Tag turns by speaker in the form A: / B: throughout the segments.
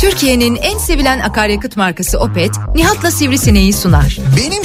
A: Türkiye'nin en sevilen akaryakıt markası Opet, Nihat'la Sivrisineği sunar.
B: Benim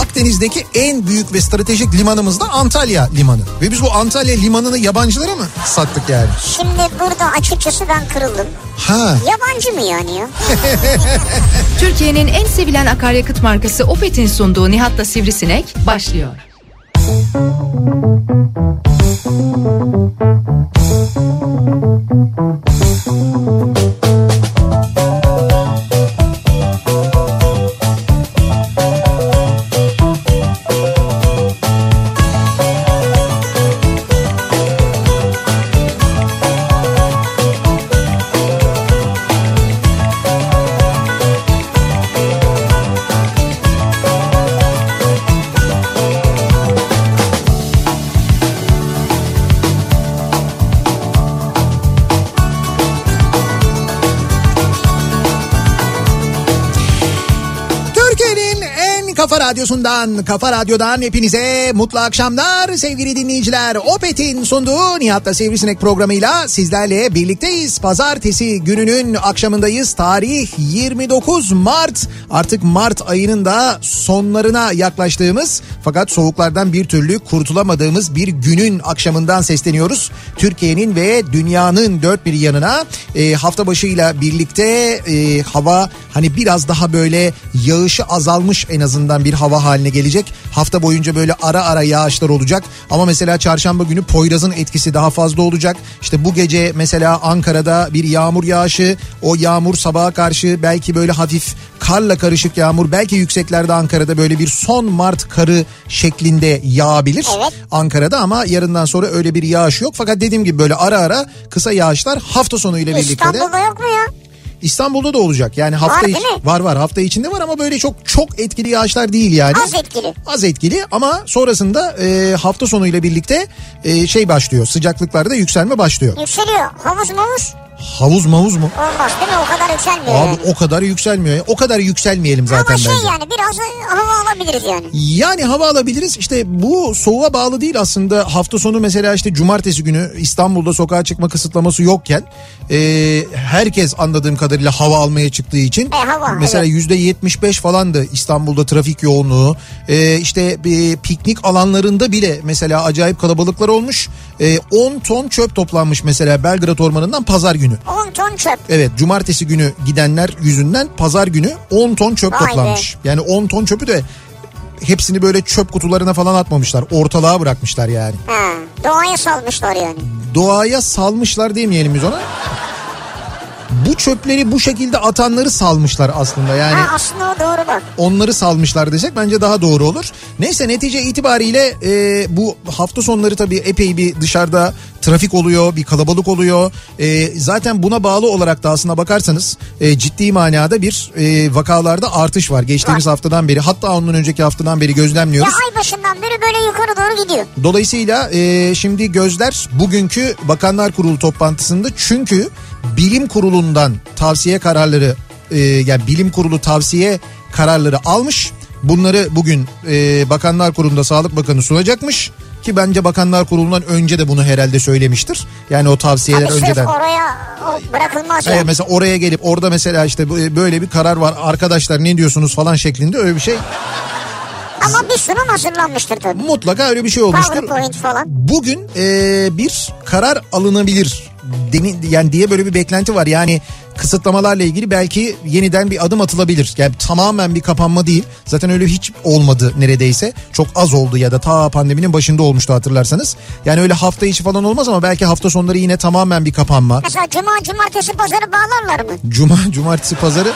B: Akdeniz'deki en büyük ve stratejik limanımız da Antalya Limanı. Ve biz bu Antalya Limanı'nı yabancılara mı sattık yani?
C: Şimdi burada açıkçası ben kırıldım.
B: Ha.
C: Yabancı mı yani ya?
A: Türkiye'nin en sevilen akaryakıt markası Opet'in sunduğu Nihat'la Sivrisinek başlıyor.
B: Türkiye'nin en kafa radyosundan, kafa radyodan hepinize mutlu akşamlar sevgili dinleyiciler. Opet'in sunduğu Nihat'la Sivrisinek programıyla sizlerle birlikteyiz. Pazartesi gününün akşamındayız. Tarih 29 Mart. Artık Mart ayının da sonlarına yaklaştığımız fakat soğuklardan bir türlü kurtulamadığımız bir günün akşamından sesleniyoruz. Türkiye'nin ve dünyanın dört bir yanına e, hafta başıyla birlikte e, hava hani biraz daha böyle yağışı azalmış en azından bir hava haline gelecek. Hafta boyunca böyle ara ara yağışlar olacak ama mesela çarşamba günü Poyraz'ın etkisi daha fazla olacak. İşte bu gece mesela Ankara'da bir yağmur yağışı o yağmur sabaha karşı belki böyle hafif karla karışık yağmur belki yükseklerde Ankara'da böyle bir son Mart karı şeklinde yağabilir.
C: Evet.
B: Ankara'da ama yarından sonra öyle bir yağış yok. Fakat dediğim gibi böyle ara ara kısa yağışlar hafta sonu ile birlikte de
C: İstanbul'da yok mu ya?
B: İstanbul'da da olacak. Yani hafta
C: Var
B: iç-
C: değil mi?
B: var var hafta içinde var ama böyle çok çok etkili yağışlar değil yani.
C: Az etkili.
B: Az etkili ama sonrasında e, hafta sonuyla birlikte e, şey başlıyor. Sıcaklıklarda yükselme başlıyor.
C: Yükseliyor. Havuz mavuz
B: Havuz mavuz mu?
C: olmaz değil mi? O kadar yükselmiyor.
B: Abi
C: yani.
B: o kadar yükselmiyor. ya. O kadar yükselmeyelim zaten
C: Ama şey
B: bence.
C: yani biraz hava alabiliriz yani.
B: Yani hava alabiliriz. İşte bu soğuğa bağlı değil aslında. Hafta sonu mesela işte cumartesi günü İstanbul'da sokağa çıkma kısıtlaması yokken e, herkes anladığım kadarıyla hava almaya çıktığı için
C: E, hava,
B: mesela yüzde %75 falandı İstanbul'da trafik yoğunluğu. E, işte e, piknik alanlarında bile mesela acayip kalabalıklar olmuş. E, 10 ton çöp toplanmış mesela Belgrad Ormanı'ndan pazar günü.
C: 10 ton çöp.
B: Evet cumartesi günü gidenler yüzünden pazar günü 10 ton çöp
C: Vay be.
B: toplanmış. Yani 10 ton çöpü de hepsini böyle çöp kutularına falan atmamışlar. Ortalığa bırakmışlar yani.
C: Ha, doğaya salmışlar yani.
B: Doğaya salmışlar demeyelim biz ona. Bu çöpleri bu şekilde atanları salmışlar aslında yani.
C: Ha, aslında o doğru bak.
B: onları salmışlar desek bence daha doğru olur. Neyse netice itibariyle e, bu hafta sonları tabii epey bir dışarıda trafik oluyor, bir kalabalık oluyor. E, zaten buna bağlı olarak da aslına bakarsanız e, ciddi manada bir e, vakalarda artış var. Geçtiğimiz haftadan beri hatta ondan önceki haftadan beri
C: Ya
B: gözlemliyoruz.
C: ay başından beri böyle yukarı doğru gidiyor.
B: Dolayısıyla e, şimdi gözler bugünkü Bakanlar Kurulu toplantısında çünkü bilim kurulundan tavsiye kararları e, yani bilim kurulu tavsiye kararları almış. Bunları bugün e, Bakanlar Kurulu'nda Sağlık Bakanı sunacakmış ki bence Bakanlar Kurulu'ndan önce de bunu herhalde söylemiştir. Yani o tavsiyeler
C: Tabii Hani sırf
B: önceden.
C: oraya o bırakılmaz
B: Evet,
C: yani.
B: mesela oraya gelip orada mesela işte bu- e, böyle bir karar var arkadaşlar ne diyorsunuz falan şeklinde öyle bir şey
C: Ama bir sunum hazırlanmıştır tabii.
B: mutlaka öyle bir şey olmuştur.
C: PowerPoint falan.
B: bugün e, bir karar alınabilir deni, yani diye böyle bir beklenti var. Yani kısıtlamalarla ilgili belki yeniden bir adım atılabilir. Yani tamamen bir kapanma değil. Zaten öyle hiç olmadı neredeyse. Çok az oldu ya da ta pandeminin başında olmuştu hatırlarsanız. Yani öyle hafta içi falan olmaz ama belki hafta sonları yine tamamen bir kapanma.
C: Mesela cuma cumartesi pazarı bağlarlar mı?
B: Cuma, cumartesi, pazarı.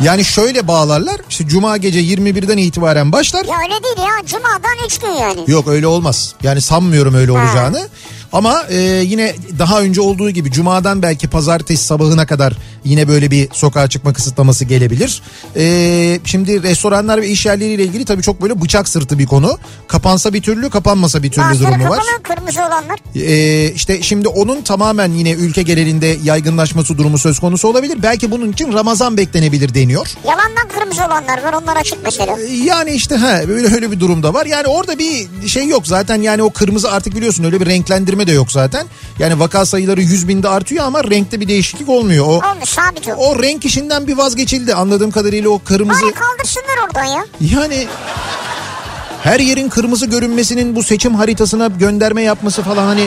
B: Yani şöyle bağlarlar. İşte cuma gece 21'den itibaren başlar.
C: Ya öyle değil ya. Cuma'dan 3 gün yani.
B: Yok öyle olmaz. Yani sanmıyorum öyle olacağını. Ama e, yine daha önce olduğu gibi cumadan belki pazartesi sabahına kadar Yine böyle bir sokağa çıkma kısıtlaması gelebilir. Ee, şimdi restoranlar ve iş yerleriyle ilgili tabii çok böyle bıçak sırtı bir konu. Kapansa bir türlü kapanmasa bir türlü
C: Bazıları
B: durumu var.
C: kapalı kırmızı olanlar.
B: Ee, işte şimdi onun tamamen yine ülke genelinde yaygınlaşması durumu söz konusu olabilir. Belki bunun için Ramazan beklenebilir deniyor.
C: Yalandan kırmızı olanlar var onlar açık mesela.
B: Yani işte ha böyle öyle bir durumda var. Yani orada bir şey yok zaten yani o kırmızı artık biliyorsun öyle bir renklendirme de yok zaten. Yani vaka sayıları 100 binde artıyor ama renkte bir değişiklik olmuyor. O
C: Olmuş sabit o.
B: o renk işinden bir vazgeçildi anladığım kadarıyla o kırmızı
C: Bari kaldırsınlar oradan ya.
B: yani her yerin kırmızı görünmesinin bu seçim haritasına gönderme yapması falan hani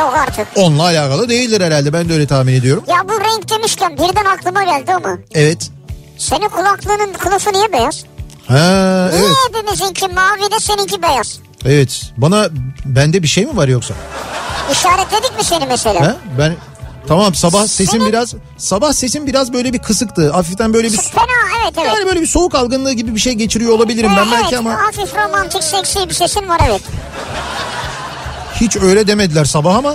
C: Yok artık.
B: onunla alakalı değildir herhalde ben de öyle tahmin ediyorum.
C: Ya bu renk demişken birden aklıma geldi ama.
B: Evet.
C: Senin kulaklığının kılıfı niye beyaz?
B: Ha
C: Niye
B: evet.
C: hepimizinki mavi de seninki beyaz?
B: Evet. Bana bende bir şey mi var yoksa?
C: İşaretledik mi seni mesela?
B: Ha? Ben tamam sabah sesim
C: Senin-
B: biraz sabah sesim biraz böyle bir kısıktı. Hafiften böyle bir
C: Fena evet evet.
B: yani böyle bir soğuk algınlığı gibi bir şey geçiriyor olabilirim ben
C: Ee,
B: belki
C: evet,
B: ama
C: Hafif romantik seksi bir sesin var evet.
B: hiç öyle demediler sabah ama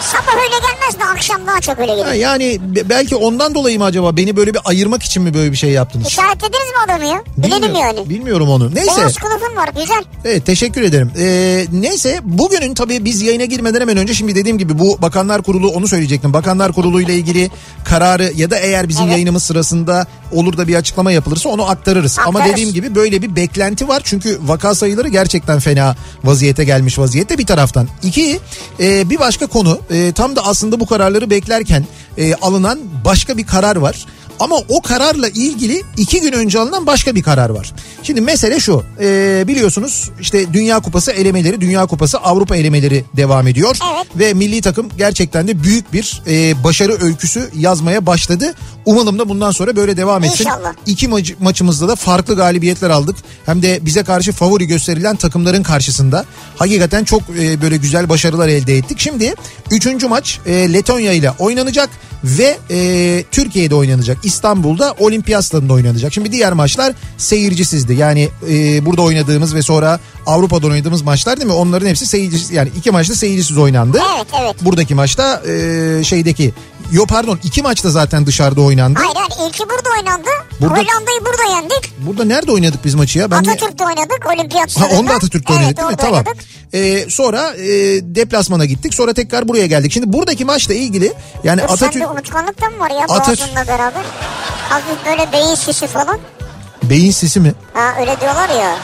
C: Sabah öyle gelmez de akşam daha çok öyle
B: ha,
C: gelir.
B: yani be- belki ondan dolayı mı acaba beni böyle bir ayırmak için mi böyle bir şey yaptınız?
C: İşaretlediniz mi adamı ya? Bilelim
B: Bilmiyorum-
C: E, yani.
B: Bilmiyorum onu. Neyse.
C: Beyaz kılıfın var güzel.
B: Evet teşekkür ederim. Ee, neyse bugünün tabii biz yayına girmeden hemen önce şimdi dediğim gibi bu Bakanlar Kurulu onu söyleyecektim. Bakanlar Kurulu ile ilgili kararı ya da eğer bizim
C: Evet.
B: yayınımız sırasında olur da bir açıklama yapılırsa onu aktarırız. Ama
C: Aktarırız.
B: dediğim gibi böyle bir beklenti var. Çünkü vaka sayıları gerçekten fena vaziyete gelmiş vaziyette bir taraftan. İki e, bir başka konu e, tam da aslında bu kararları beklerken e, alınan başka bir karar var. Ama o kararla ilgili iki gün önce alınan başka bir karar var. Şimdi mesele şu e, biliyorsunuz işte Dünya Kupası elemeleri Dünya Kupası Avrupa elemeleri devam ediyor.
C: Evet.
B: Ve milli takım gerçekten de büyük bir e, başarı öyküsü yazmaya başladı. Umalım da bundan sonra böyle devam etsin.
C: İnşallah.
B: İki maç- maçımızda da farklı galibiyetler aldık. Hem de bize karşı favori gösterilen takımların karşısında. Hakikaten çok e, böyle güzel başarılar elde ettik. Şimdi üçüncü maç e, Letonya ile oynanacak ve e, Türkiye'de oynanacak. İstanbul'da Olimpiyat Stadında oynanacak. Şimdi diğer maçlar seyircisizdi. Yani e, burada oynadığımız ve sonra Avrupa'da oynadığımız maçlar değil mi? Onların hepsi seyircisiz. Yani iki maçta seyircisiz oynandı.
C: Evet, evet.
B: Buradaki maçta e, şeydeki... Yo pardon iki maçta zaten dışarıda oynandı.
C: Hayır hayır ilki burada oynandı.
B: Burada-
C: Hollanda'yı burada yendik.
B: Burada nerede oynadık biz maçı ya? Ben de-
C: Atatürk'te oynadık olimpiyat
B: Ha,
C: sınırında.
B: onu da Atatürk'te oynadık değil mi?
C: orada
B: Tamam.
C: oynadık.
B: Ee, sonra e, deplasmana gittik. Sonra tekrar buraya geldik. Şimdi buradaki maçla ilgili yani
C: Dur,
B: Atatürk
C: Sende unutkanlık da mı var ya
B: Atatürk-
C: boğazınla beraber? Hafif böyle beyin şişi falan.
B: beyin sisi mi?
C: Ha öyle diyorlar ya.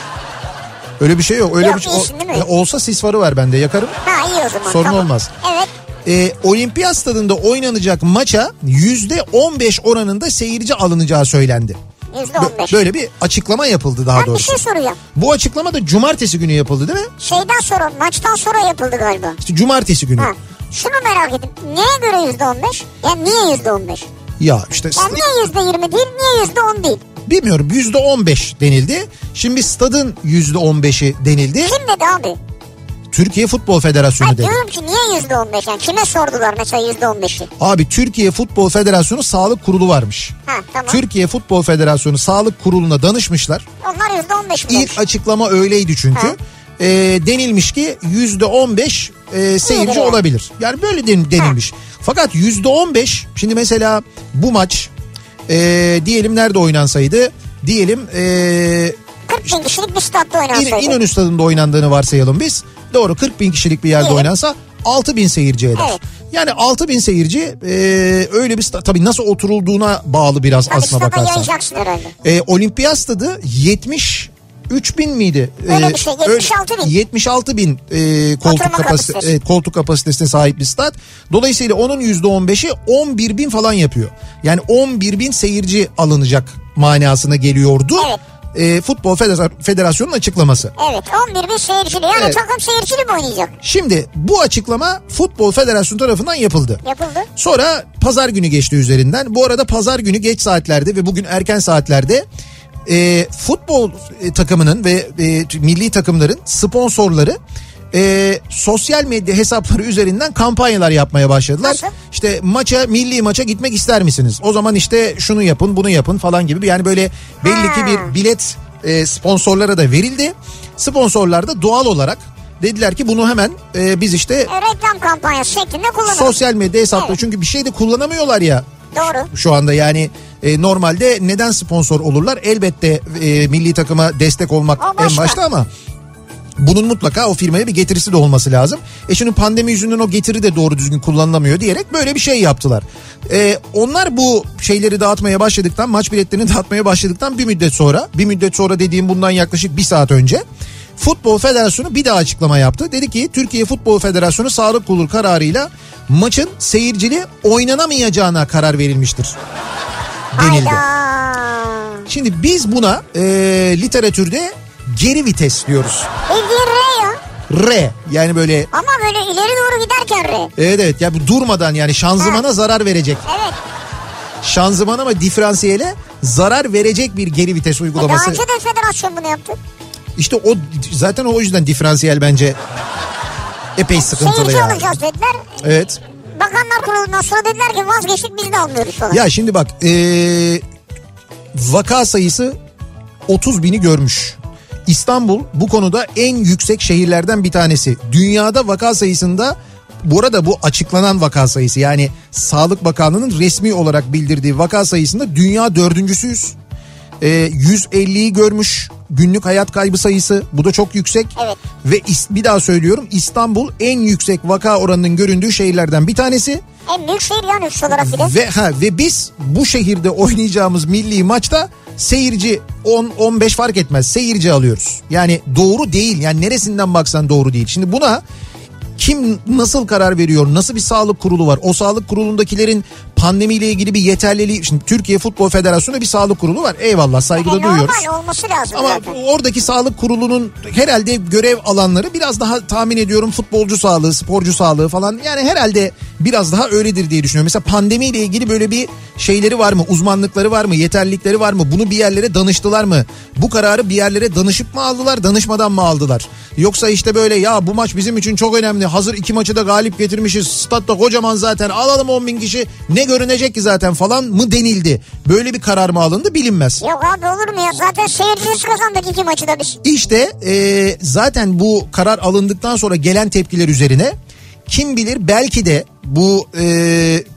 B: Öyle bir şey yok. Öyle
C: Yok,
B: bir şey
C: iyisin değil mi?
B: Ya olsa sis varı var bende yakarım.
C: Ha iyi o zaman.
B: Sorun
C: tamam.
B: olmaz.
C: Evet.
B: Ee, Olimpiyat stadında oynanacak maça yüzde 15 oranında seyirci alınacağı söylendi.
C: Yüzde
B: Bö-
C: on beş.
B: Böyle bir açıklama yapıldı daha
C: Ben bir
B: doğrusu.
C: şey soracağım.
B: Bu açıklama da cumartesi günü yapıldı değil mi?
C: Şeyden sonra maçtan sonra yapıldı galiba.
B: İşte cumartesi günü.
C: Ha. Şunu merak ettim. Neye göre yüzde on beş? Ya niye yüzde on beş?
B: Ya işte
C: Ya niye yüzde yirmi değil? Niye yüzde on değil?
B: bilmiyorum yüzde 15 denildi. Şimdi stadın yüzde 15'i denildi.
C: Kim dedi abi?
B: Türkiye Futbol
C: Ben
B: Federasyonu dedi.
C: diyorum ki niye yüzde on beş? Yani kime sordular mesela yüzde on beşi?
B: Abi Türkiye Futbol Federasyonu Sağlık Kurulu varmış.
C: Ha tamam.
B: Türkiye Futbol Federasyonu Sağlık Kurulu'na danışmışlar.
C: Onlar yüzde on beş mi?
B: İlk açıklama öyleydi çünkü.
C: Ha.
B: Ee, denilmiş ki yüzde 15 e, seyirci
C: yani.
B: olabilir. Yani böyle den- denilmiş. Fakat yüzde 15 şimdi mesela bu maç e, diyelim nerede oynansaydı diyelim e,
C: 40 bin kişilik bir statta
B: İn,
C: oynansaydı.
B: İnönü Stadı'nda oynandığını varsayalım biz. Doğru 40 bin kişilik bir yerde
C: Evet.
B: oynansa 6 bin seyirci eder.
C: Evet.
B: Yani 6 bin seyirci e, öyle bir sta- tabii nasıl oturulduğuna bağlı biraz
C: Tabii
B: aslına
C: stada
B: bakarsan.
C: yayacaksın herhalde.
B: E, Olimpiyat Stadı 70 3 bin miydi?
C: Öyle
B: E,
C: bir şey, 76 bin.
B: 76 bin e, koltuk,
C: Oturma
B: kapasite,
C: kapasitesi.
B: evet, koltuk kapasitesine sahip bir stat. Dolayısıyla onun %15'i 11 bin falan yapıyor. Yani 11 bin seyirci alınacak manasına geliyordu.
C: Evet.
B: E, Futbol Federa- Federasyonu'nun açıklaması.
C: Evet 11 bin seyircili yani
B: Evet.
C: takım seyircili mi oynayacak?
B: Şimdi bu açıklama Futbol Federasyonu tarafından yapıldı.
C: Yapıldı.
B: Sonra pazar günü geçti üzerinden. Bu arada pazar günü geç saatlerde ve bugün erken saatlerde e, futbol e, takımının ve e, t- milli takımların sponsorları e, sosyal medya hesapları üzerinden kampanyalar yapmaya başladılar.
C: Nasıl?
B: İşte maça milli maça gitmek ister misiniz? O zaman işte şunu yapın bunu yapın falan gibi yani böyle belli ki
C: Ha.
B: bir bilet e, sponsorlara da verildi. Sponsorlar da doğal olarak dediler ki bunu hemen e, biz işte
C: E, reklam kampanyası şeklinde kullanılır.
B: sosyal medya hesapları
C: Evet.
B: çünkü bir şey de kullanamıyorlar ya
C: Doğru.
B: şu anda yani e, normalde neden sponsor olurlar? Elbette e, milli takıma destek olmak
C: O
B: en
C: başka.
B: başta ama bunun mutlaka o firmaya bir getirisi de olması lazım. E şimdi pandemi yüzünden o getiri de doğru düzgün kullanılamıyor diyerek böyle bir şey yaptılar. E, onlar bu şeyleri dağıtmaya başladıktan maç biletlerini dağıtmaya başladıktan bir müddet sonra bir müddet sonra dediğim bundan yaklaşık bir saat önce Futbol Federasyonu bir daha açıklama yaptı. Dedi ki Türkiye Futbol Federasyonu sağlık kurulu kararıyla maçın seyircili oynanamayacağına karar verilmiştir denildi.
C: Hayda.
B: Şimdi biz buna e, literatürde geri vites diyoruz.
C: Bildiğin R ya.
B: R yani böyle
C: Ama böyle ileri doğru giderken R.
B: evet evet ya bu durmadan yani şanzımana zarar verecek.
C: Evet. E,
B: Şanzımana ama diferansiyele zarar verecek bir geri vites
C: Daha
B: uygulaması.
C: önce de federasyon bunu yaptı.
B: İşte o zaten o yüzden diferansiyel bence epey sıkıntılı
C: Seyirci
B: yani.
C: alacağız dediler.
B: Evet.
C: Bakanlar kurulundan sonra dediler ki vazgeçtik biz de almıyoruz falan.
B: Ya şimdi bak eee, vaka sayısı 30 bini görmüş. İstanbul bu konuda en yüksek şehirlerden bir tanesi. Dünyada vaka sayısında bu arada bu açıklanan vaka sayısı yani Sağlık Bakanlığı'nın resmi olarak bildirdiği vaka sayısında dünya dördüncüsüyüz. Ee, 150'yi görmüş günlük hayat kaybı sayısı bu da çok yüksek.
C: Evet.
B: Ve is- bir daha söylüyorum İstanbul en yüksek vaka oranının göründüğü şehirlerden bir tanesi.
C: En büyük şehir yani üç olarak bile.
B: Ve ha ve biz bu şehirde oynayacağımız milli maçta seyirci 10 15 fark etmez seyirci alıyoruz. Yani doğru değil. Yani neresinden baksan doğru değil. Şimdi buna kim nasıl karar veriyor? Nasıl bir sağlık kurulu var? O sağlık kurulundakilerin pandemiyle ilgili bir yeterliliği şimdi Türkiye Futbol Federasyonu'nda bir sağlık kurulu var. Eyvallah saygıda
C: Yani
B: duyuyoruz.
C: Hani normal olması lazım
B: Ama
C: zaten.
B: oradaki sağlık kurulunun herhalde görev alanları biraz daha tahmin ediyorum futbolcu sağlığı, sporcu sağlığı falan yani herhalde biraz daha öyledir diye düşünüyorum. Mesela pandemiyle ilgili böyle bir şeyleri var mı? Uzmanlıkları var mı? Yeterlilikleri var mı? Bunu bir yerlere danıştılar mı? Bu kararı bir yerlere danışıp mı aldılar, danışmadan mı aldılar? Yoksa işte böyle ya bu maç bizim için çok önemli. Hazır iki maçı da galip getirmişiz. Statta kocaman zaten alalım 10 bin kişi. Ne görünecek ki zaten falan mı denildi? Böyle bir karar mı alındı bilinmez.
C: Yok abi olur mu ya? Zaten seyircisiz kazandık iki maçı da biz.
B: İşte e, zaten bu karar alındıktan sonra gelen tepkiler üzerine kim bilir belki de bu e,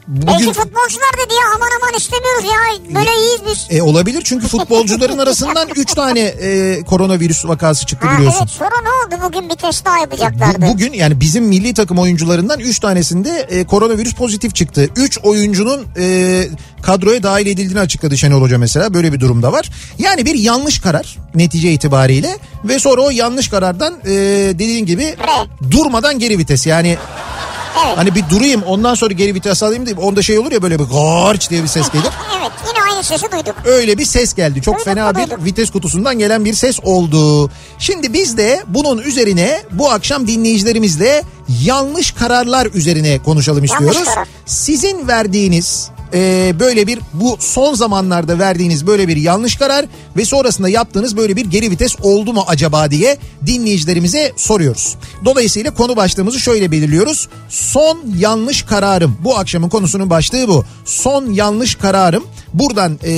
C: Belki
B: bugün
C: futbolcular dedi ya aman aman istemiyoruz ya. Böyle iyiyiz biz.
B: e, olabilir çünkü futbolcuların arasından 3 tane e, koronavirüs vakası çıktı
C: Ha,
B: biliyorsun.
C: evet sonra ne oldu bugün bir test daha
B: Bu-
C: yapacaklardı.
B: Bugün yani bizim milli takım oyuncularından 3 tanesinde e, koronavirüs pozitif çıktı. 3 oyuncunun e, kadroya dahil edildiğini açıkladı Şenol Hoca mesela. Böyle bir durumda var. Yani bir yanlış karar netice itibariyle ve sonra o yanlış karardan e, dediğin gibi
C: Re.
B: durmadan geri vites. Yani
C: evet.
B: hani bir durayım ondan sonra geri vites alayım diye onda şey olur ya böyle bir garç diye bir ses gelir.
C: Evet yine aynı sesi duyduk.
B: Öyle bir ses geldi. Çok
C: Öyle
B: fena
C: kolay
B: bir
C: olur.
B: vites kutusundan gelen bir ses oldu. Şimdi biz de bunun üzerine bu akşam dinleyicilerimizle yanlış kararlar üzerine konuşalım istiyoruz.
C: karar.
B: Sizin verdiğiniz e, böyle bir bu son zamanlarda verdiğiniz böyle bir yanlış karar ve sonrasında yaptığınız böyle bir geri vites oldu mu acaba diye dinleyicilerimize soruyoruz. Dolayısıyla konu başlığımızı şöyle belirliyoruz. Son yanlış kararım. Bu akşamın konusunun başlığı bu. Son yanlış kararım. Buradan e,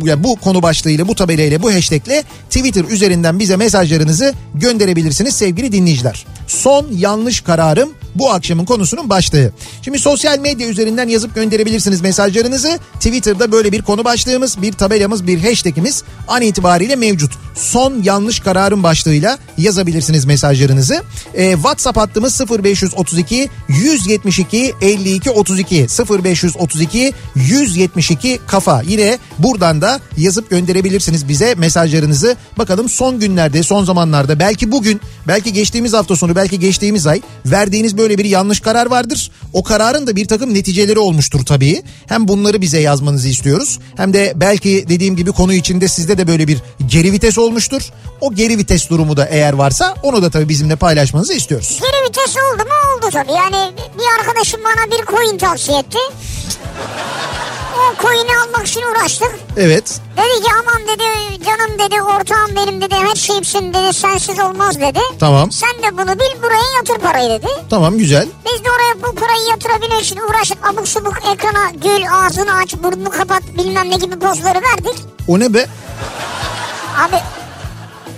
B: bu- ya bu konu başlığıyla, bu tabelayla, bu hashtagle Twitter üzerinden bize mesajlarınızı gönderebilirsiniz sevgili dinleyiciler. Son yanlış kararım bu akşamın konusunun başlığı. Şimdi sosyal medya üzerinden yazıp gönderebilirsiniz mesajlarınızı. Twitter'da böyle bir konu başlığımız, bir tabelamız, bir hashtagimiz an itibariyle mevcut. Son yanlış kararın başlığıyla yazabilirsiniz mesajlarınızı. Ee, WhatsApp hattımız 0532 172 52 32 0532 172 kafa. Yine buradan da yazıp gönderebilirsiniz bize mesajlarınızı. Bakalım son günlerde, son zamanlarda belki bugün, belki geçtiğimiz hafta sonu, belki geçtiğimiz ay verdiğiniz böyle bir yanlış karar vardır. O kararın da bir takım neticeleri olmuştur tabii. Hem bunları bize yazmanızı istiyoruz. Hem de belki dediğim gibi konu içinde sizde de böyle bir geri vites olmuştur. O geri vites durumu da eğer varsa onu da tabii bizimle paylaşmanızı istiyoruz.
C: Geri vites oldu mu oldu tabii. Yani bir arkadaşım bana bir coin tavsiye etti. O coin'i almak için uğraştık.
B: Evet.
C: Dedi ki aman dedi canım dedi ortağım benim dedi her şeyimsin dedi sensiz olmaz dedi.
B: Tamam.
C: Sen de bunu bil buraya yatır parayı dedi.
B: Tamam güzel.
C: Biz de oraya bu parayı yatırabilmek için uğraştık abuk subuk ekrana gül ağzını aç burnunu kapat bilmem ne gibi pozları verdik.
B: O ne be?
C: Abi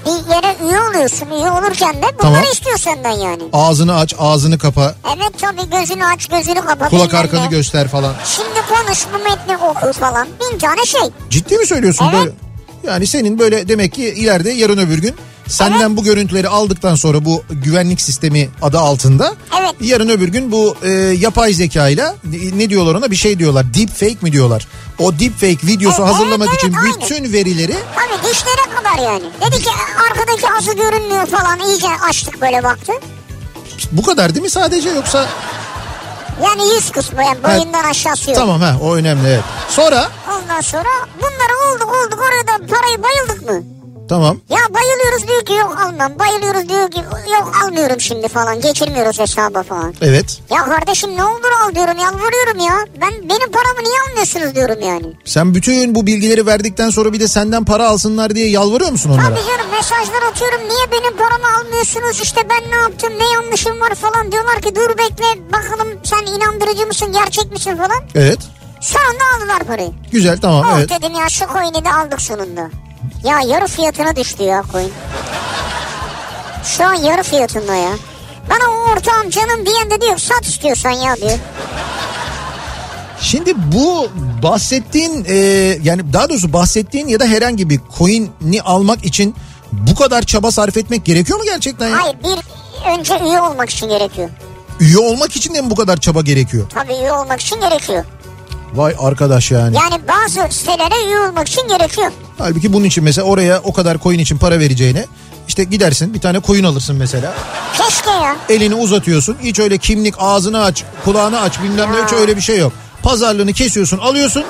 C: bir yere üye oluyorsun. Üye olurken de bunları
B: Tamam.
C: istiyor senden yani.
B: Ağzını aç, ağzını kapa,
C: Evet tabii gözünü aç gözünü kapat.
B: kulak
C: bilmem
B: arkanı
C: ne.
B: göster falan.
C: Şimdi konuş bu metni oku falan. Bin tane şey.
B: Ciddi mi söylüyorsun
C: Evet.
B: böyle? Yani senin böyle demek ki ileride yarın öbür gün senden bu görüntüleri aldıktan sonra bu güvenlik sistemi adı altında
C: Evet.
B: yarın öbür gün bu e, yapay zeka ile ne diyorlar ona bir şey diyorlar deep fake mi diyorlar o deep fake videosu
C: Evet,
B: hazırlamak
C: evet,
B: için
C: evet, aynı.
B: bütün verileri
C: Tabii dişlere kadar yani. Dedi ki arkadaki azı görünmüyor falan. İyice açtık böyle baktı.
B: bu kadar değil mi sadece yoksa
C: Yani yüz kısmı yani boyundan aşağısı yok.
B: tamam ha o önemli evet. sonra
C: Ondan sonra bunlara olduk olduk orada parayı bayıldık mı?
B: tamam
C: Ya bayılıyoruz diyor ki yok almam. Bayılıyoruz diyor ki yok almıyorum şimdi falan. Geçirmiyoruz hesaba falan.
B: evet
C: Ya kardeşim ne olur al diyorum yalvarıyorum ya. Ben benim paramı niye almıyorsunuz diyorum yani.
B: sen bütün bu bilgileri verdikten sonra bir de senden para alsınlar diye yalvarıyor musun onlara?
C: Abi diyorum mesajlar atıyorum niye benim paramı almıyorsunuz işte ben ne yaptım ne yanlışım var falan diyorlar ki dur bekle bakalım sen inandırıcı mısın gerçek misin falan.
B: Evet
C: Sonunda aldılar parayı.
B: güzel tamam
C: Oh
B: evet
C: dedim ya şu coin'i de aldık sonunda. Ya yarı fiyatına düştü ya coin. Şu an yarı fiyatında ya. Bana o ortağım canım diyen de diyor sat istiyorsan ya diyor.
B: Şimdi bu bahsettiğin e, yani daha doğrusu bahsettiğin ya da herhangi bir coin'i almak için bu kadar çaba sarf etmek gerekiyor mu gerçekten? ya?
C: Hayır bir önce üye olmak için gerekiyor.
B: Üye olmak için de mi bu kadar çaba gerekiyor?
C: Tabii üye olmak için gerekiyor.
B: Vay arkadaş yani.
C: Yani bazı sitelere üye olmak için gerekiyor.
B: Halbuki bunun için mesela oraya o kadar coin için para vereceğine işte gidersin bir tane coin alırsın mesela.
C: Keşke ya.
B: Elini uzatıyorsun hiç öyle kimlik ağzını aç kulağını aç bilmem ne hiç öyle bir şey yok. Pazarlığını kesiyorsun alıyorsun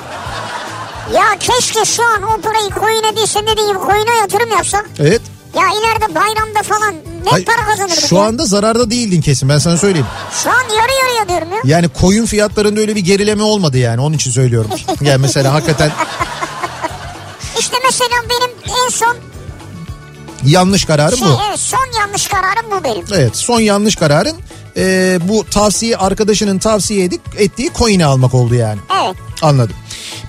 C: Ya keşke şu an o parayı coin'e değil sen dediğin gibi coin'e yatırım yapsak.
B: evet.
C: Ya ileride bayramda falan ne
B: Ay,
C: para kazanırdık
B: şu
C: ya.
B: anda zararda değildin kesin ben sana söyleyeyim.
C: Şu an yarı yarıya diyorum ya.
B: Yani koyun fiyatlarında öyle bir gerileme olmadı yani onun için söylüyorum. Yani mesela hakikaten
C: İşte mesela benim en son
B: yanlış kararım
C: şey,
B: bu.
C: evet, son yanlış kararım bu benim.
B: Evet son yanlış kararın e, bu tavsiye arkadaşının tavsiye edip, ettiği coin'i almak oldu yani.
C: Evet.
B: Anladım.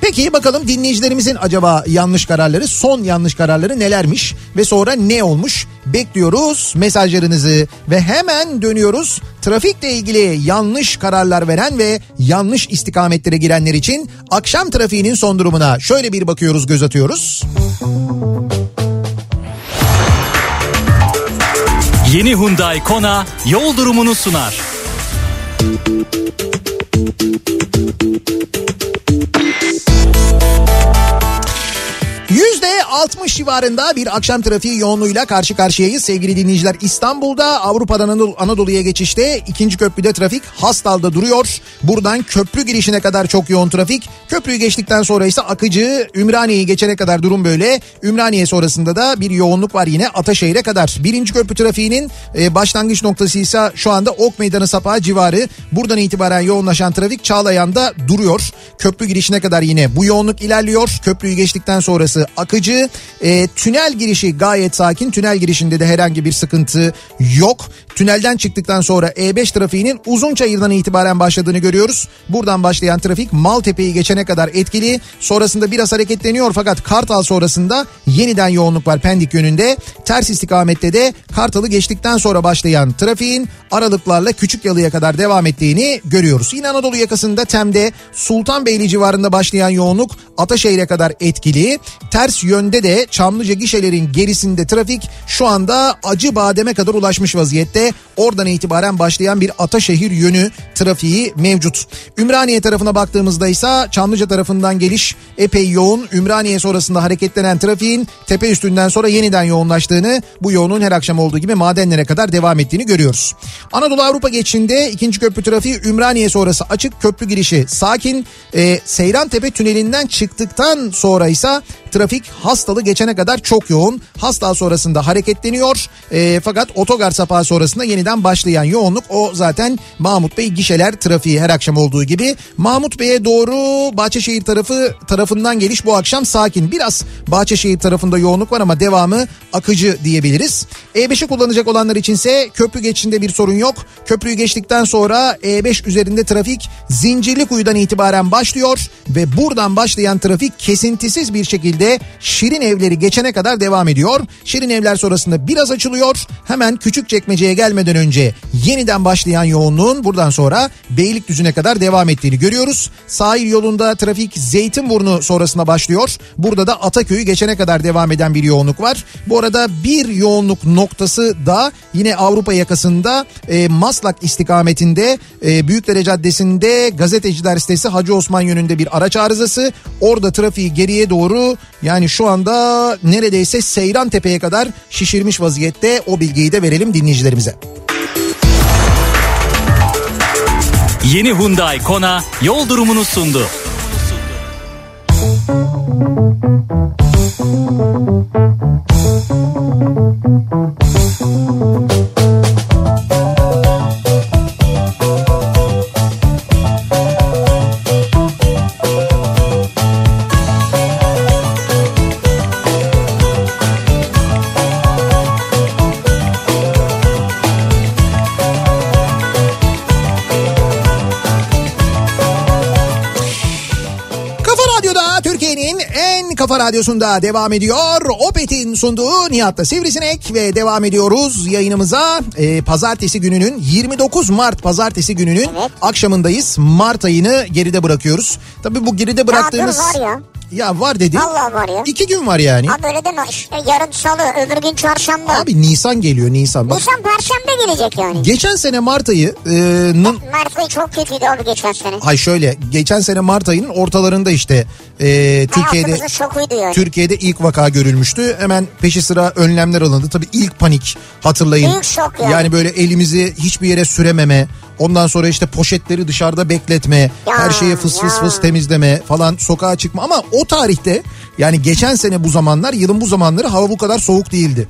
B: Peki bakalım dinleyicilerimizin acaba yanlış kararları, son yanlış kararları nelermiş ve sonra ne olmuş? Bekliyoruz mesajlarınızı ve hemen dönüyoruz. Trafikle ilgili yanlış kararlar veren ve yanlış istikametlere girenler için akşam trafiğinin son durumuna şöyle bir bakıyoruz, göz atıyoruz.
D: Yeni Hyundai Kona yol durumunu sunar.
B: %60 civarında bir akşam trafiği yoğunluğuyla karşı karşıyayız sevgili dinleyiciler. İstanbul'da Avrupa'dan Anadolu- Anadolu'ya geçişte ikinci köprüde trafik Hastal'da duruyor. Buradan köprü girişine kadar çok yoğun trafik. Köprüyü geçtikten sonra ise akıcı Ümraniye'yi geçene kadar durum böyle. Ümraniye sonrasında da bir yoğunluk var yine Ataşehir'e kadar. Birinci köprü trafiğinin e, başlangıç noktası ise şu anda Ok Meydanı Sapağı civarı. Buradan itibaren yoğunlaşan trafik Çağlayan'da duruyor. Köprü girişine kadar yine bu yoğunluk ilerliyor. Köprüyü geçtikten sonrası akıcı. E, tünel girişi gayet sakin. Tünel girişinde de herhangi bir sıkıntı yok. Tünelden çıktıktan sonra E5 trafiğinin Uzunçayır'dan itibaren başladığını görüyoruz. Buradan başlayan trafik Maltepe'yi geçene kadar etkili. Sonrasında biraz hareketleniyor fakat Kartal sonrasında yeniden yoğunluk var Pendik yönünde. Ters istikamette de Kartal'ı geçtikten sonra başlayan trafiğin aralıklarla küçük yalıya kadar devam ettiğini görüyoruz. Yine Anadolu yakasında Tem'de Sultanbeyli civarında başlayan yoğunluk Ataşehir'e kadar etkili. Ters yönde de Çamlıca gişelerin gerisinde trafik şu anda Acı Badem'e kadar ulaşmış vaziyette. Oradan itibaren başlayan bir Ataşehir yönü trafiği mevcut. Ümraniye tarafına baktığımızda ise Çamlıca tarafından geliş epey yoğun. Ümraniye sonrasında hareketlenen trafiğin tepe üstünden sonra yeniden yoğunlaştığını bu yoğunluğun her akşam olduğu gibi madenlere kadar devam ettiğini görüyoruz. Anadolu Avrupa geçişinde ikinci köprü trafiği Ümraniye sonrası açık köprü girişi sakin. Ee, Seyran Tepe tünelinden çıktıktan sonra ise trafik hastalı geçene kadar çok yoğun. Hasta sonrasında hareketleniyor. Ee, fakat otogar sapağı sonrasında yeniden başlayan yoğunluk o zaten Mahmut Bey gişeler trafiği her akşam olduğu gibi. Mahmut Bey'e doğru Bahçeşehir tarafı tarafından geliş bu akşam sakin. Biraz Bahçeşehir tarafında E yoğunluk var ama devamı akıcı diyebiliriz. E5'i kullanacak olanlar içinse köprü geçişinde bir sorun sorun yok. Köprüyü geçtikten sonra E5 üzerinde trafik Zincirlikuyu'dan itibaren başlıyor ve buradan başlayan trafik kesintisiz bir şekilde Şirin Evleri geçene kadar devam ediyor. Şirin Evler sonrasında biraz açılıyor. Hemen Küçükçekmece'ye gelmeden önce yeniden başlayan yoğunluğun buradan sonra Beylikdüzü'ne kadar devam ettiğini görüyoruz. Sahil yolunda trafik Zeytinburnu sonrasında başlıyor. Burada da Ataköy'ü geçene kadar devam eden bir yoğunluk var. Bu arada bir yoğunluk noktası da yine Avrupa yakasında e, Maslak istikametinde e, Büyükdere Caddesi'nde gazeteciler sitesi Hacı Osman yönünde bir araç arızası. Orada trafiği geriye doğru yani şu anda neredeyse Seyran Tepe'ye kadar şişirmiş vaziyette o bilgiyi de verelim dinleyicilerimize.
D: Yeni Hyundai Kona yol durumunu sundu.
B: Kafa Radyo'da Türkiye'nin en kafa radyosunda devam ediyor. Opet'in sunduğu Nihat'ta Sivrisinek ve devam ediyoruz yayınımıza. Ee, pazartesi gününün 29 Mart pazartesi gününün
C: Evet.
B: akşamındayız. Mart ayını geride bırakıyoruz. Tabii bu geride bıraktığımız...
C: Ya dur var ya.
B: Ya var dedi.
C: Allah var ya.
B: İki gün var yani.
C: Abi öyle deme. İşte yarın salı, öbür gün çarşamba.
B: Abi Nisan geliyor Nisan. Bak,
C: Nisan perşembe gelecek yani.
B: geçen sene Mart e, ayının
C: Mart ayı çok kötüydü abi geçen sene.
B: Hay şöyle geçen sene Mart ayının ortalarında işte e, Türkiye'de
C: Hayatımızın şokuydu yani.
B: Türkiye'de ilk vaka görülmüştü. Hemen peşi sıra önlemler alındı. Tabii ilk panik hatırlayın.
C: İlk şok yani.
B: böyle elimizi hiçbir yere sürememe. Ondan sonra işte poşetleri dışarıda bekletme. her şeyi fıs fıs
C: ya.
B: fıs temizleme falan sokağa çıkma. Ama o tarihte yani geçen sene bu zamanlar yılın bu zamanları hava bu kadar soğuk değildi.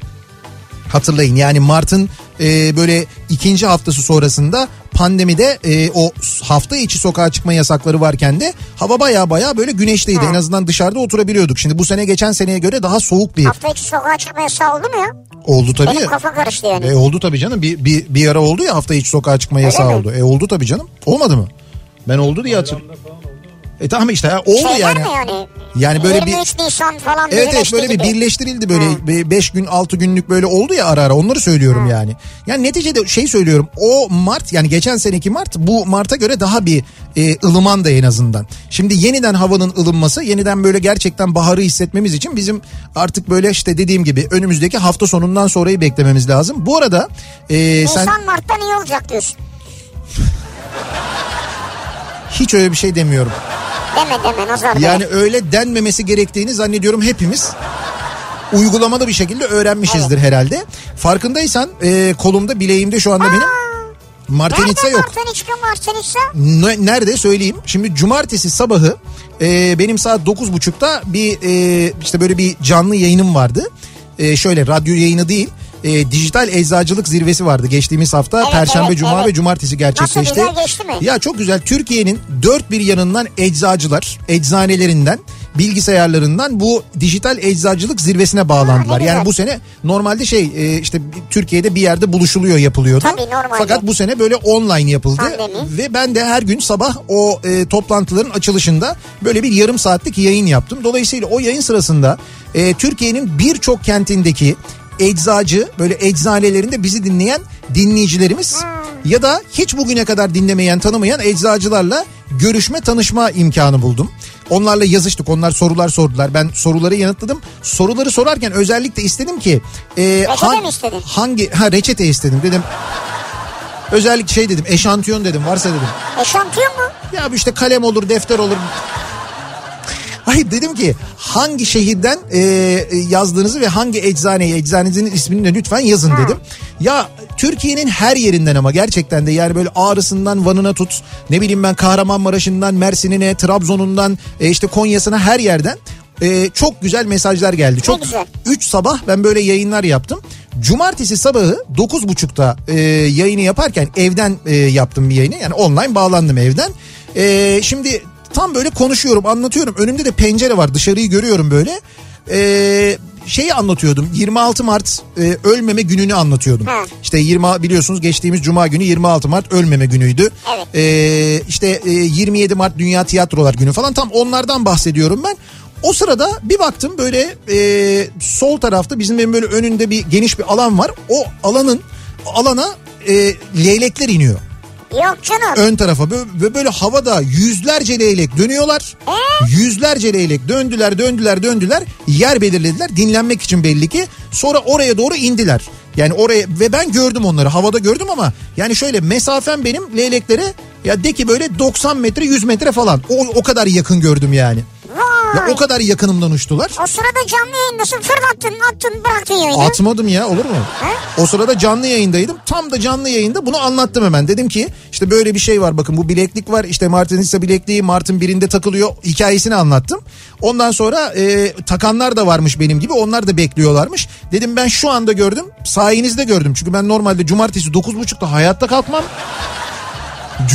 B: Hatırlayın yani Mart'ın e, böyle ikinci haftası sonrasında pandemide e, o s- hafta içi sokağa çıkma yasakları varken de hava baya baya böyle güneşliydi. En azından dışarıda oturabiliyorduk. Şimdi bu sene geçen seneye göre daha soğuk bir
C: Hafta içi sokağa çıkma yasağı oldu mu ya?
B: oldu tabii.
C: Benim kafa karıştı yani.
B: E, oldu tabii canım. Bir, bir, bir ara oldu ya hafta içi sokağa çıkma yasağı
C: mi?
B: oldu. E oldu tabii canım. Olmadı mı? Ben oldu diye hatırlıyorum. E tamam işte ha, oldu
C: Şeyler
B: yani.
C: Şey mi yani?
B: Yani böyle bir
C: 23 Nisan falan
B: Evet evet
C: birleşti
B: böyle bir
C: gibi.
B: birleştirildi böyle 5 gün 6 günlük böyle oldu ya ara ara onları söylüyorum yani. Yani neticede şey söylüyorum o Mart yani geçen seneki Mart bu Mart'a göre daha bir e, ılıman da en azından. Şimdi yeniden havanın ılınması yeniden böyle gerçekten baharı hissetmemiz için bizim artık böyle işte dediğim gibi önümüzdeki hafta sonundan sonrayı beklememiz lazım. Bu arada e, sen
C: Nisan Mart'tan iyi olacak diyorsun.
B: hiç öyle bir şey demiyorum.
C: Deme deme nazar deme.
B: Yani öyle denmemesi gerektiğini zannediyorum hepimiz. Uygulamada bir şekilde öğrenmişizdir herhalde. Farkındaysan e, kolumda bileğimde şu anda benim martenitse
C: Nereden
B: yok.
C: Martiniçka Martiniçka?
B: Ne- nerede söyleyeyim. Şimdi cumartesi sabahı e, benim saat 9.30'da bir e, işte böyle bir canlı yayınım vardı. E, şöyle radyo yayını değil. e, dijital eczacılık zirvesi vardı geçtiğimiz hafta
C: Evet,
B: perşembe
C: evet,
B: cuma
C: evet.
B: ve cumartesi gerçekleşti.
C: Nasıl, güzel geçti mi?
B: Ya çok güzel. Türkiye'nin dört bir yanından eczacılar, eczanelerinden, bilgisayarlarından bu dijital eczacılık zirvesine bağlandılar.
C: ne
B: yani
C: güzel.
B: bu sene normalde şey e, işte Türkiye'de bir yerde buluşuluyor yapılıyordu.
C: Tabii, normalde.
B: Fakat bu sene böyle online yapıldı.
C: Pandemi.
B: Ve ben de her gün sabah o e, toplantıların açılışında böyle bir yarım saatlik yayın yaptım. Dolayısıyla o yayın sırasında e, Türkiye'nin birçok kentindeki eczacı böyle eczanelerinde bizi dinleyen dinleyicilerimiz ya da hiç bugüne kadar dinlemeyen tanımayan eczacılarla görüşme tanışma imkanı buldum. Onlarla yazıştık. Onlar sorular sordular. Ben soruları yanıtladım. Soruları sorarken özellikle istedim ki e, hang-
C: mi istedin?
B: hangi ha reçete istedim dedim. Özellikle şey dedim eşantiyon dedim varsa dedim.
C: Eşantiyon E, mu?
B: Ya bu işte kalem olur defter olur. Hayır dedim ki hangi şehirden e, e, yazdığınızı ve hangi eczaneye eczanenizin ismini de lütfen yazın dedim. Ya Türkiye'nin her yerinden ama gerçekten de yani böyle Ağrıs'ından Van'ına tut ne bileyim ben Kahramanmaraş'ından Mersin'ine Trabzon'undan e, işte Konya'sına her yerden e, çok güzel mesajlar geldi. Çok
C: güzel.
B: 3 sabah ben böyle yayınlar yaptım. Cumartesi sabahı 9.30'da e, yayını yaparken evden e, yaptım bir yayını. Yani online bağlandım evden. E, şimdi tam böyle konuşuyorum anlatıyorum. Önümde de pencere var dışarıyı görüyorum böyle. E, şeyi anlatıyordum. 26 Mart e, ölmeme gününü anlatıyordum.
C: Hı.
B: İşte 20 biliyorsunuz geçtiğimiz cuma günü 26 Mart ölmeme günüydü.
C: Evet.
B: E, işte e, 27 Mart Dünya Tiyatrolar Günü falan tam onlardan bahsediyorum ben. O sırada bir baktım böyle e, sol tarafta bizim benim böyle önünde bir geniş bir alan var. O alanın alana e, leylekler iniyor.
C: Yok canım.
B: Ön tarafa Bö- ve böyle havada yüzlerce leylek dönüyorlar. Yüzlerce leylek döndüler döndüler döndüler. Yer belirlediler dinlenmek için belli ki. Sonra oraya doğru indiler. Yani oraya ve ben gördüm onları havada gördüm ama yani şöyle mesafem benim leyleklere ya de ki böyle 90 metre 100 metre falan. O, o kadar yakın gördüm yani. Ya
C: Vay.
B: o kadar yakınımdan uçtular.
C: O sırada canlı yayındasın fırlattın attın bıraktın yayını.
B: Atmadım ya olur mu? O sırada canlı yayındaydım. Tam da canlı yayında bunu anlattım hemen. Dedim ki işte böyle bir şey var bakın bu bileklik var. İşte Martin Lisa bilekliği Mart'ın birinde takılıyor. Hikayesini anlattım. Ondan sonra e, takanlar da varmış benim gibi. Onlar da bekliyorlarmış. Dedim ben şu anda gördüm. Sayenizde gördüm. Çünkü ben normalde cumartesi 9.30'da hayatta kalkmam.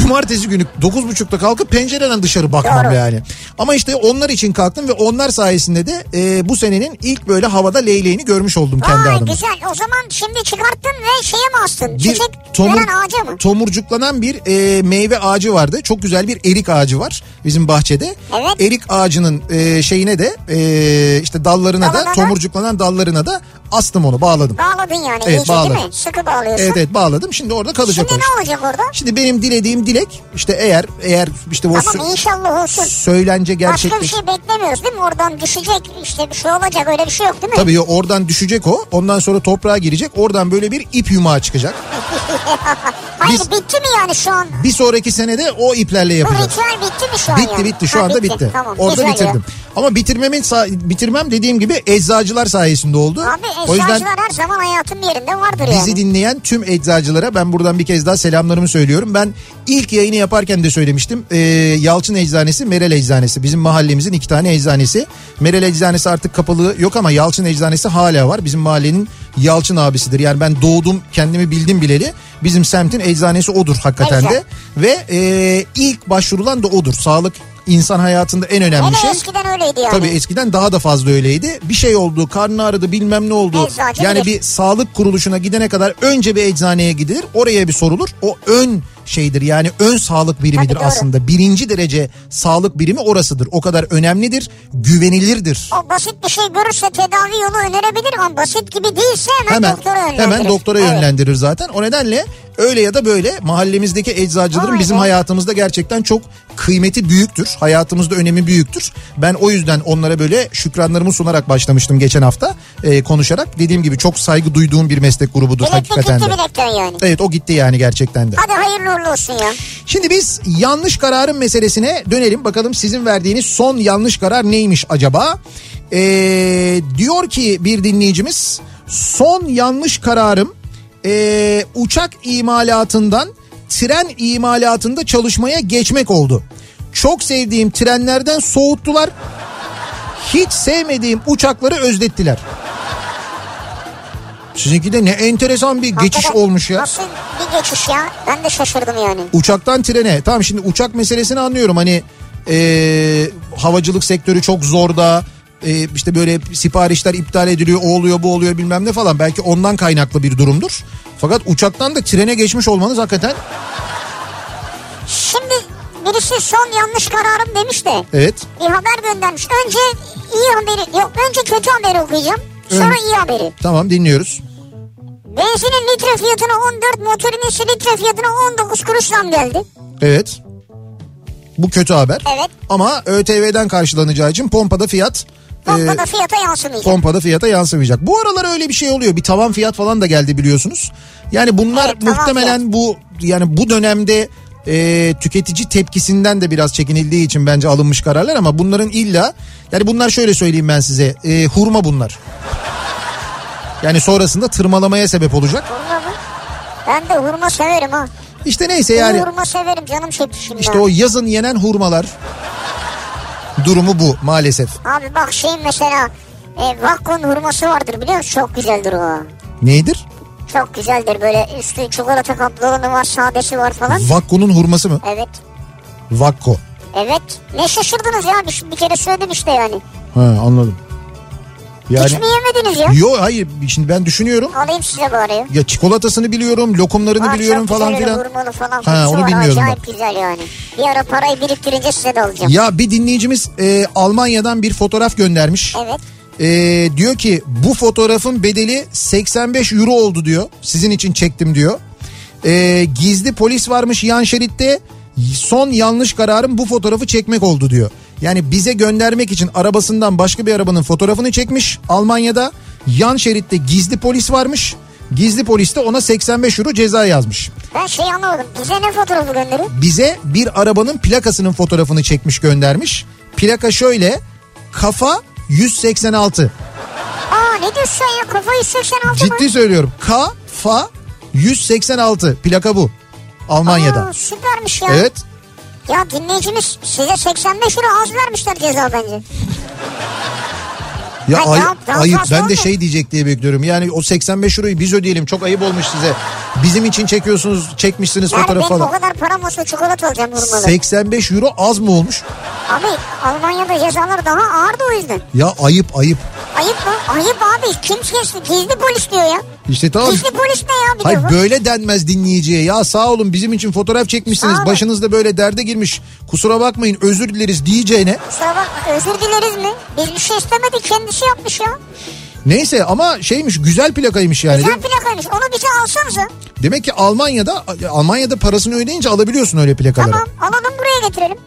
B: Cumartesi günü 9.30'da kalkıp pencereden dışarı bakmam
C: Doğru.
B: yani. Ama işte onlar için kalktım ve onlar sayesinde de e, bu senenin ilk böyle havada leyleğini görmüş oldum kendi
C: Vay
B: adıma.
C: güzel o zaman şimdi çıkarttın ve şeye mi astın?
B: Bir
C: Çiçek
B: tomur-
C: veren ağaca mı?
B: tomurcuklanan bir e, meyve ağacı vardı. Çok güzel bir erik ağacı var bizim bahçede.
C: Evet.
B: Erik ağacının e, şeyine de e, işte dallarına da
C: Dalına da?
B: tomurcuklanan dallarına da astım onu bağladım.
C: Bağladın yani
B: Evet,
C: iyice değil
B: bağladım.
C: mi? Sıkı bağlıyorsun.
B: Evet evet bağladım. Şimdi orada kalacak
C: Şimdi
B: o
C: ne
B: işte.
C: olacak orada?
B: Şimdi benim dilediğim dilek işte eğer eğer işte o sö-
C: Tamam inşallah olsun.
B: söylence
C: Başka bir
B: gerçekleş.
C: şey beklemiyoruz değil mi? Oradan düşecek işte bir şey olacak öyle bir şey yok değil mi?
B: Tabii ya oradan düşecek o. Ondan sonra toprağa girecek. Oradan böyle bir ip yumağı çıkacak.
C: Hayır
B: biz-
C: bitti mi yani şu an?
B: Bir sonraki senede o iplerle
C: Bu
B: yapacak.
C: ritüel bitti mi şu an?
B: Bitti
C: yani?
B: bitti şu
C: Ha,
B: anda bitti.
C: Tamam.
B: Orada
C: güzel ya.
B: bitirdim. Ama bitirmemin sa- bitirmem dediğim gibi eczacılar sayesinde oldu.
C: Abi
B: o yüzden
C: eczacılar her zaman hayatın bir yerinde vardır yani.
B: bizi dinleyen tüm eczacılara ben buradan bir kez daha selamlarımı söylüyorum. Ben ilk yayını yaparken de söylemiştim. Ee, Yalçın Eczanesi, Merel Eczanesi. Bizim mahallemizin iki tane eczanesi. Merel Eczanesi artık kapalı yok ama Yalçın Eczanesi hala var. Bizim mahallenin Yalçın abisidir. Yani ben doğdum kendimi bildim bileli. Bizim semtin eczanesi odur hakikaten
C: Güzel.
B: de. Ve e, ilk başvurulan da odur. Sağlık insan hayatında en önemli
C: Hele
B: şey.
C: eskiden öyleydi yani.
B: Tabii eskiden daha da fazla öyleydi. Bir şey oldu, karnı ağrıdı, bilmem ne oldu.
C: Eczacı
B: yani
C: bilir.
B: bir sağlık kuruluşuna gidene kadar önce bir eczaneye gidilir. Oraya bir sorulur. O ön şeydir yani ön sağlık birimidir
C: Tabii, doğru.
B: aslında. Birinci derece sağlık birimi orasıdır. O kadar önemlidir, güvenilirdir.
C: O basit bir şey görürse tedavi yolu önerebilir ama basit gibi değilse hemen,
B: Hemen
C: doktora yönlendirir.
B: hemen doktora
C: Evet.
B: yönlendirir zaten. O nedenle öyle ya da böyle mahallemizdeki eczacıların
C: Vay
B: bizim
C: be.
B: hayatımızda gerçekten çok kıymeti büyüktür. Hayatımızda önemi büyüktür. Ben o yüzden onlara böyle şükranlarımı sunarak başlamıştım geçen hafta e, konuşarak. Dediğim gibi çok saygı duyduğum bir meslek grubudur
C: Bileklik
B: hakikaten de.
C: gitti bilekten yani.
B: Evet o gitti yani gerçekten de.
C: Hadi hayırlı uğurlu olsun ya.
B: Şimdi biz yanlış kararın meselesine dönelim. Bakalım sizin verdiğiniz son yanlış karar neymiş acaba? Ee, diyor ki bir dinleyicimiz son yanlış kararım ee, uçak imalatından tren imalatında çalışmaya geçmek oldu. Çok sevdiğim trenlerden soğuttular. Hiç sevmediğim uçakları özlettiler. Sizinki de ne enteresan bir geçiş
C: Hakikaten
B: olmuş ya.
C: Nasıl bir geçiş ya? Ben de şaşırdım yani.
B: Uçaktan trene. Tamam şimdi uçak meselesini anlıyorum. Hani e, havacılık sektörü çok zor da e, işte böyle siparişler iptal ediliyor o oluyor bu oluyor bilmem ne falan. Belki ondan kaynaklı bir durumdur. Fakat uçaktan da trene geçmiş olmanız hakikaten
C: Şimdi birisi son yanlış kararım demiş de
B: evet.
C: bir haber göndermiş. Önce iyi haberi yok önce kötü haberi okuyacağım. Sonra
B: Evet.
C: iyi haberi.
B: Tamam dinliyoruz.
C: Benzinin litre fiyatına 14, motorun ise litre fiyatına 19 kuruş zam geldi.
B: Evet. Bu kötü haber.
C: Evet.
B: Ama ÖTV'den karşılanacağı için pompada fiyat e,
C: Pompada fiyata yansımayacak.
B: pompada fiyata yansımayacak. Bu aralar öyle bir şey oluyor. Bir tavan fiyat falan da geldi biliyorsunuz. Yani bunlar
C: Evet, tavan
B: muhtemelen bu yani bu dönemde e, tüketici tepkisinden de biraz çekinildiği için bence alınmış kararlar ama bunların illa yani bunlar şöyle söyleyeyim ben size e, hurma bunlar. Yani sonrasında tırmalamaya sebep olacak.
C: Hurma mı? Ben de hurma severim ha.
B: İşte neyse
C: Yani,
B: yani
C: hurma severim canım çekti şimdi.
B: işte o yazın yenen hurmalar durumu bu maalesef.
C: Abi bak şeyin mesela e, Vakko'nun hurması vardır biliyor musun? Çok güzeldir o.
B: Nedir?
C: Çok güzeldir böyle üstü çikolata kaplı olanı var sadesi var falan.
B: Vakko'nun hurması mı?
C: Evet.
B: Vakko.
C: Evet. Ne şaşırdınız ya bir, bir kere söyledim işte yani.
B: Ha anladım. Yani
C: Hiç mi yemediniz ya?
B: Yo hayır şimdi ben düşünüyorum.
C: Alayım size bari.
B: Ya çikolatasını biliyorum, lokumlarını
C: Aa,
B: biliyorum
C: çok
B: falan
C: güzel
B: filan.
C: öyle hurmalı falan.
B: Ha,
C: kokusu
B: onu
C: var.
B: bilmiyorum
C: Acayip güzel yani. Bir ara parayı biriktirince size de alacağım.
B: Ya bir dinleyicimiz e, Almanya'dan bir fotoğraf göndermiş.
C: Evet.
B: E, diyor ki bu fotoğrafın bedeli 85 euro oldu diyor. Sizin için çektim diyor. E, gizli polis varmış yan şeritte. Son yanlış kararım bu fotoğrafı çekmek oldu diyor. Yani bize göndermek için arabasından başka bir arabanın fotoğrafını çekmiş. Almanya'da yan şeritte gizli polis varmış. Gizli polis de ona 85 euro ceza yazmış.
C: Ben şey anlamadım. Bize ne fotoğrafı gönderiyor?
B: bize bir arabanın plakasının fotoğrafını çekmiş göndermiş. Plaka şöyle kafa 186.
C: Aa ne diyorsun sen ya? Kafa 186 mı?
B: Ciddi söylüyorum kafa 186 plaka bu Almanya'da.
C: Aa, süpermiş ya.
B: Evet
C: Ya dinleyicimiz size 85 euro az vermişler ceza bence.
B: ya
C: Ay,
B: ay,
C: daha- daha
B: ayıp
C: fazla
B: ben de
C: oldu.
B: şey diyecek diye bekliyorum yani o 85 euroyu biz ödeyelim çok ayıp olmuş size. Bizim için çekiyorsunuz çekmişsiniz
C: Yani benim
B: fotoğraf
C: o
B: falan.
C: kadar param olsa çikolata alacağım vurmalı.
B: 85 euro az mı olmuş?
C: Abi Almanya'da cezalar daha ağırdı o yüzden.
B: Ya ayıp ayıp.
C: Ayıp mı? Ayıp abi. Kim geçti? Gizli polis diyor ya.
B: İşte tamam.
C: Gizli polis ne ya? Bir de
B: Hayır
C: bu-
B: böyle denmez dinleyiciye. Ya sağ olun bizim için fotoğraf çekmişsiniz.
C: Sağ olun.
B: Başınızda böyle derde girmiş. Kusura bakmayın özür dileriz diyeceğine.
C: Kusura bakma özür dileriz mi? Biz bir şey istemedik kendisi yapmış ya.
B: Neyse ama şeymiş güzel plakaymış yani.
C: Güzel
B: Değil mi?
C: plakaymış onu bize alsanıza.
B: Demek ki Almanya'da Almanya'da parasını ödeyince alabiliyorsun öyle plakaları.
C: Tamam alalım buraya getirelim.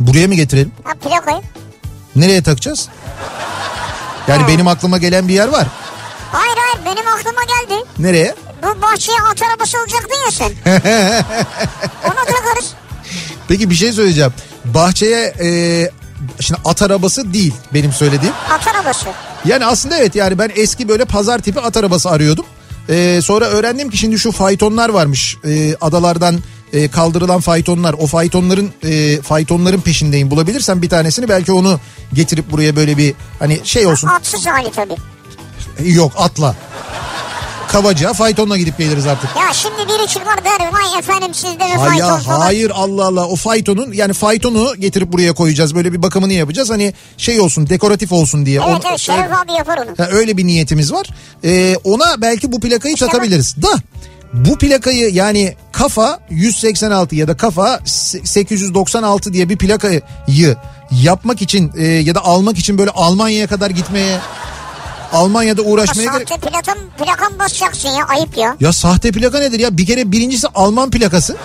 B: Buraya mı getirelim?
C: Ha plakayı.
B: Nereye takacağız? Yani benim aklıma gelen bir yer var.
C: Hayır hayır benim aklıma geldi.
B: Nereye?
C: Bu bahçeye at arabası alacaktın ya sen. Ona takarız.
B: Peki bir şey söyleyeceğim. Bahçeye e, şimdi at arabası değil benim söylediğim.
C: At arabası.
B: Yani aslında evet yani ben eski böyle pazar tipi at arabası arıyordum. Ee, sonra öğrendim ki şimdi şu faytonlar varmış Ee, adalardan e, kaldırılan faytonlar. O faytonların e, faytonların peşindeyim bulabilirsem bir tanesini belki onu getirip buraya böyle bir hani şey olsun
C: Atsız hali tabii.
B: yok atla. Kavacığa faytonla gidip geliriz artık.
C: Ya şimdi biri çıkar der vay efendim sizde
B: Hayır,
C: bir fayton falan.
B: hayır Allah Allah o faytonun yani faytonu getirip buraya koyacağız böyle bir bakımını yapacağız hani şey olsun dekoratif olsun diye.
C: Evet
B: Onu-
C: evet Şeref abi yapar onu.
B: Ha, öyle bir niyetimiz var. Ee, ona belki bu plakayı
C: İşte
B: takabiliriz. Da bu plakayı yani kafa 186 ya da kafa 896 diye bir plakayı yapmak için e, ya da almak için böyle Almanya'ya kadar gitmeye Almanya'da uğraşmaya gerek.
C: Sahte plakan, plakan basacaksın ya ayıp ya.
B: Ya sahte plaka nedir ya? Bir kere birincisi Alman plakası.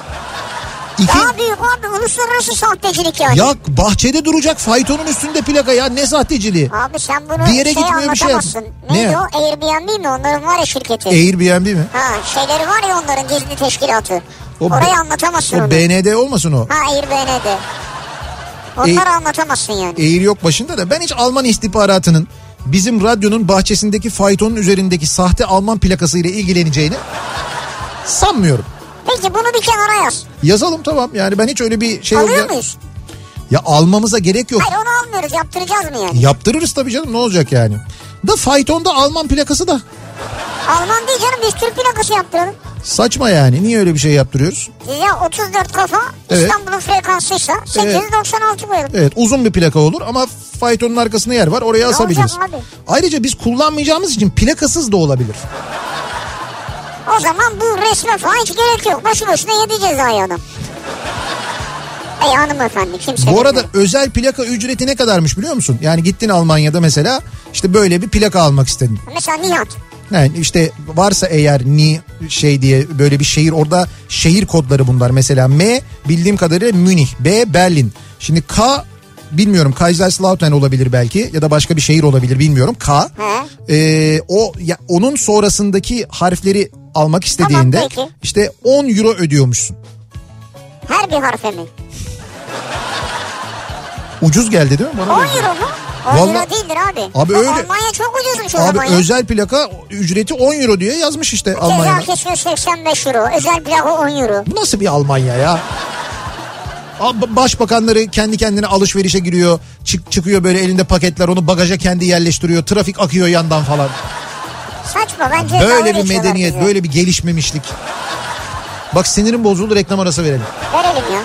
B: İki,
C: Daha büyük abi uluslararası sahtecilik yani.
B: ya bahçede duracak faytonun üstünde plaka ya ne sahteciliği?
C: Abi sen bunu
B: Bir yere
C: şey
B: gitmiyor, bir şey
C: anlatamazsın.
B: yapmıyor.
C: Neydi
B: Ne? E-
C: o? Airbnb mi? Onların var ya şirketi.
B: Airbnb mi?
C: ha şeyleri var ya onların gizli teşkilatı.
B: O
C: Orayı
B: be-
C: anlatamazsın
B: O
C: onu.
B: BND olmasın o.
C: ha Airbnb'de. Onları
B: E-
C: anlatamazsın yani.
B: eğri yok başında da ben hiç Alman istihbaratının bizim radyonun bahçesindeki faytonun üzerindeki sahte Alman plakası ile ilgileneceğini sanmıyorum.
C: Peki bunu bir kenara yaz.
B: Yazalım tamam yani ben hiç öyle bir şey
C: Alıyor
B: olacağı-
C: muyuz?
B: Ya almamıza gerek yok.
C: Hayır onu almıyoruz yaptıracağız mı yani?
B: Yaptırırız tabii canım ne olacak yani. Da faytonda Alman plakası da
C: Alman değil canım biz Türk plakası yaptıralım.
B: saçma yani. Niye öyle bir şey yaptırıyoruz?
C: Size 34 kafa
B: Evet.
C: İstanbul'un frekansıysa 896 koyalım.
B: Evet uzun bir plaka olur ama faytonun arkasında yer var oraya asabiliriz.
C: olacak abi?
B: Ayrıca biz kullanmayacağımız için plakasız da olabilir.
C: O zaman bu resme falan hiç gerek yok. Başı başına yedi cezayı adam. Ey hanımefendi kimse...
B: Bu arada
C: bilmiyor.
B: özel plaka ücreti ne kadarmış biliyor musun? Yani gittin Almanya'da mesela işte böyle bir plaka almak istedin.
C: Mesela Nihat.
B: Yani işte varsa eğer ni şey diye böyle bir şehir orada şehir kodları bunlar. Mesela M bildiğim kadarıyla Münih, B Berlin. Şimdi K bilmiyorum Kaiserslautern olabilir belki ya da başka bir şehir olabilir bilmiyorum. K.
C: He.
B: Ee, o ya, onun sonrasındaki harfleri almak istediğinde
C: peki.
B: işte 10 euro ödüyormuşsun.
C: Her bir harfe mi?
B: Ucuz geldi değil mi bana?
C: 10
B: da?
C: euro mu? 10
B: Vallahi-
C: euro değildir abi.
B: Abi
C: Bak
B: öyle-
C: Almanya çok ucuzmuş o
B: Abi
C: zaman ya.
B: özel plaka ücreti 10 euro diye yazmış işte
C: Ceza
B: Almanya'da.
C: kesiyor 85 euro. Özel plaka 10 euro.
B: Bu nasıl bir Almanya ya? Ab- Başbakanları kendi kendine alışverişe giriyor. Çık, çıkıyor böyle elinde paketler onu bagaja kendi yerleştiriyor. Trafik akıyor yandan falan.
C: Saçma bence dalga
B: Böyle bir
C: geçiyorlar
B: medeniyet,
C: bize.
B: böyle bir gelişmemişlik. Bak sinirim bozuldu reklam arası verelim.
C: Verelim ya.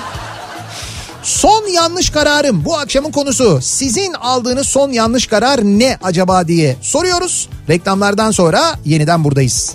B: Son yanlış kararım bu akşamın konusu. Sizin aldığınız son yanlış karar ne acaba diye soruyoruz. Reklamlardan sonra yeniden buradayız.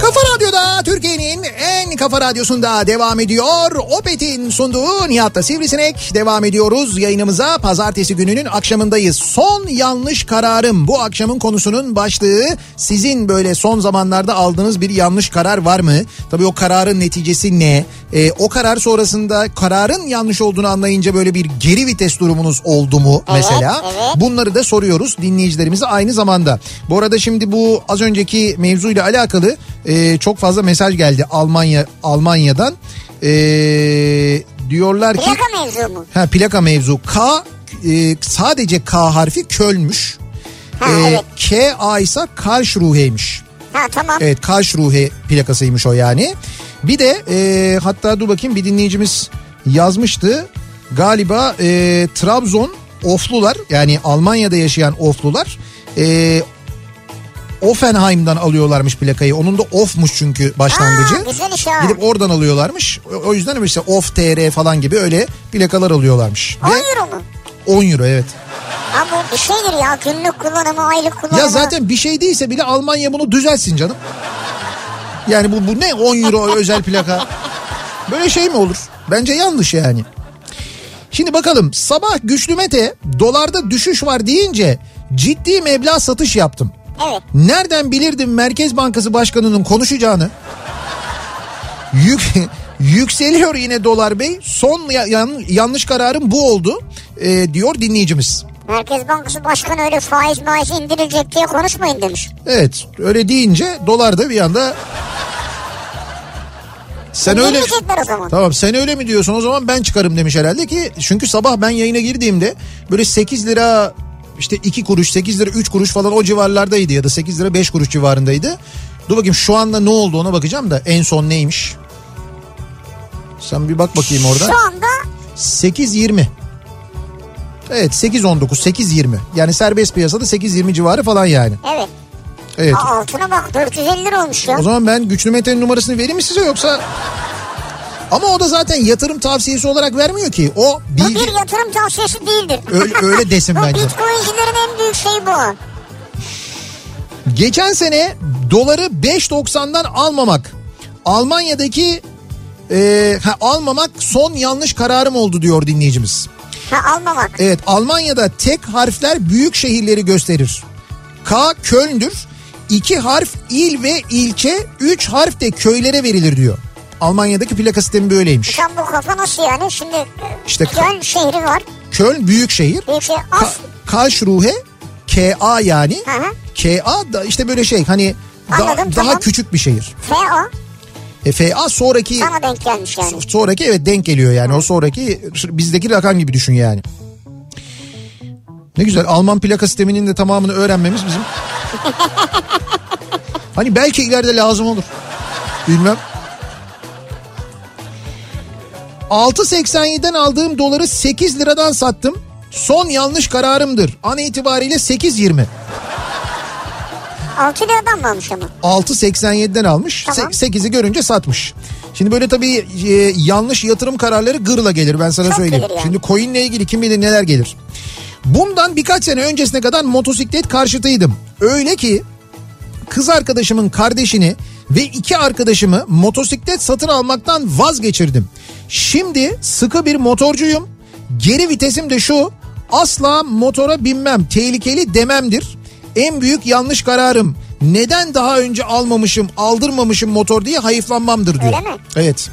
B: Kafa Radyo'da Türkiye'nin en kafa radyosunda devam ediyor. Opet'in sunduğu Nihat'ta Sivrisinek devam ediyoruz. Yayınımıza pazartesi gününün akşamındayız. Son yanlış kararım bu akşamın konusunun başlığı. Sizin böyle son zamanlarda aldığınız bir yanlış karar var mı? Tabii o kararın neticesi ne? Ee, o karar sonrasında kararın yanlış olduğunu anlayınca böyle bir geri vites durumunuz oldu mu mesela?
C: evet.
B: Bunları da soruyoruz dinleyicilerimize aynı zamanda. Bu arada şimdi bu az önceki mevzuyla alakalı e, çok fazla mesaj geldi Almanya Almanya'dan. E, diyorlar ki
C: Plaka mevzu mu?
B: ha plaka mevzu K e, sadece K harfi Köl'müş.
C: Ha,
B: E,
C: evet.
B: K A ise Karlsruhe'ymiş.
C: Ha tamam.
B: Evet Karlsruhe plakasıymış o yani. Bir de e, hatta dur bakayım bir dinleyicimiz yazmıştı. Galiba e, Trabzon Oflular yani Almanya'da yaşayan Oflular e, Offenheim'dan alıyorlarmış plakayı. Onun da Off'muş çünkü başlangıcı.
C: Aa, güzel iş ha.
B: Gidip oradan alıyorlarmış. O- O yüzden işte Off TR falan gibi öyle plakalar alıyorlarmış.
C: 10
B: Ve
C: euro mu?
B: 10 euro evet.
C: Ha bu bir şeydir ya günlük kullanımı aylık kullanımı.
B: Ya zaten bir şey değilse bile Almanya bunu düzelsin canım. Yani bu, bu ne 10 euro özel plaka. Böyle şey mi olur? Bence yanlış yani. Şimdi bakalım sabah güçlü Mete dolarda düşüş var deyince ciddi meblağ satış yaptım.
C: Evet.
B: Nereden bilirdim Merkez Bankası Başkanı'nın konuşacağını? Yük, yükseliyor yine dolar bey. Son ya- yan- yanlış kararım bu oldu e, diyor dinleyicimiz.
C: Merkez Bankası Başkanı öyle faiz maiz indirilecek diye konuşmayın demiş.
B: Evet öyle deyince dolar da bir anda sen öyle
C: İndirmeyecekler o zaman.
B: Tamam sen öyle mi diyorsun o zaman ben çıkarım demiş herhalde ki çünkü sabah ben yayına girdiğimde böyle 8 lira işte 2 kuruş 8 lira 3 kuruş falan o civarlardaydı ya da 8 lira 5 kuruş civarındaydı. Dur bakayım şu anda ne oldu ona bakacağım da en son neymiş. Sen bir bak bakayım orada.
C: Şu anda
B: 8.20. Evet 8.19 8.20 yani serbest piyasada 8.20 civarı falan yani.
C: evet.
B: Evet.
C: Aa, altına bak 450 lira olmuş ya.
B: O zaman ben güçlü Mete'nin numarasını vereyim mi size yoksa? Ama o da zaten yatırım tavsiyesi olarak vermiyor ki. O
C: Bu
B: bilgi...
C: bir yatırım tavsiyesi değildir.
B: Öyle, öyle desin
C: Bu
B: bence.
C: bitcoincilerin en büyük şeyi bu.
B: Geçen sene doları 5.90'dan almamak. Almanya'daki e, ha, almamak son yanlış kararım oldu diyor dinleyicimiz.
C: Ha almamak.
B: Evet Almanya'da tek harfler büyük şehirleri gösterir. K Köln'dür. İki harf il ve ilçe, üç harf de köylere verilir diyor. Almanya'daki plaka sistemi böyleymiş.
C: Sen bu kafa nasıl yani? Şimdi e,
B: İşte ka-
C: Köln şehri var.
B: Köln büyük şehir.
C: Bir şey
B: Ka-
C: az.
B: Karlsruhe KA yani.
C: Hı hı.
B: KA da işte böyle şey hani da-
C: Anladım,
B: daha
C: tamam.
B: küçük bir şehir.
C: FO
B: E, FA sonraki
C: sana denk gelmiş yani.
B: sonraki evet denk geliyor yani. O sonraki bizdeki rakam gibi düşün yani. Ne güzel Alman plaka sisteminin de tamamını öğrenmemiz bizim. hani belki ileride lazım olur. Bilmem. 6.87'den aldığım doları 8 liradan sattım. Son yanlış kararımdır. An itibariyle 8.20.
C: 6 liradan mı almış ama?
B: 6.87'den almış.
C: Tamam.
B: 8'i görünce satmış. Şimdi böyle tabii e, yanlış yatırım kararları gırla gelir ben sana
C: Çok
B: söyleyeyim.
C: gelir yani.
B: Şimdi coin'le ilgili kim bilir neler gelir. Bundan birkaç sene öncesine kadar motosiklet karşıtıydım. Öyle ki kız arkadaşımın kardeşini ve iki arkadaşımı motosiklet satın almaktan vazgeçirdim. Şimdi sıkı bir motorcuyum. Geri vitesim de şu. Asla motora binmem, tehlikeli dememdir. En büyük yanlış kararım. Neden daha önce almamışım, aldırmamışım motor diye hayıflanmamdır diyor.
C: Öyle mi?
B: Evet.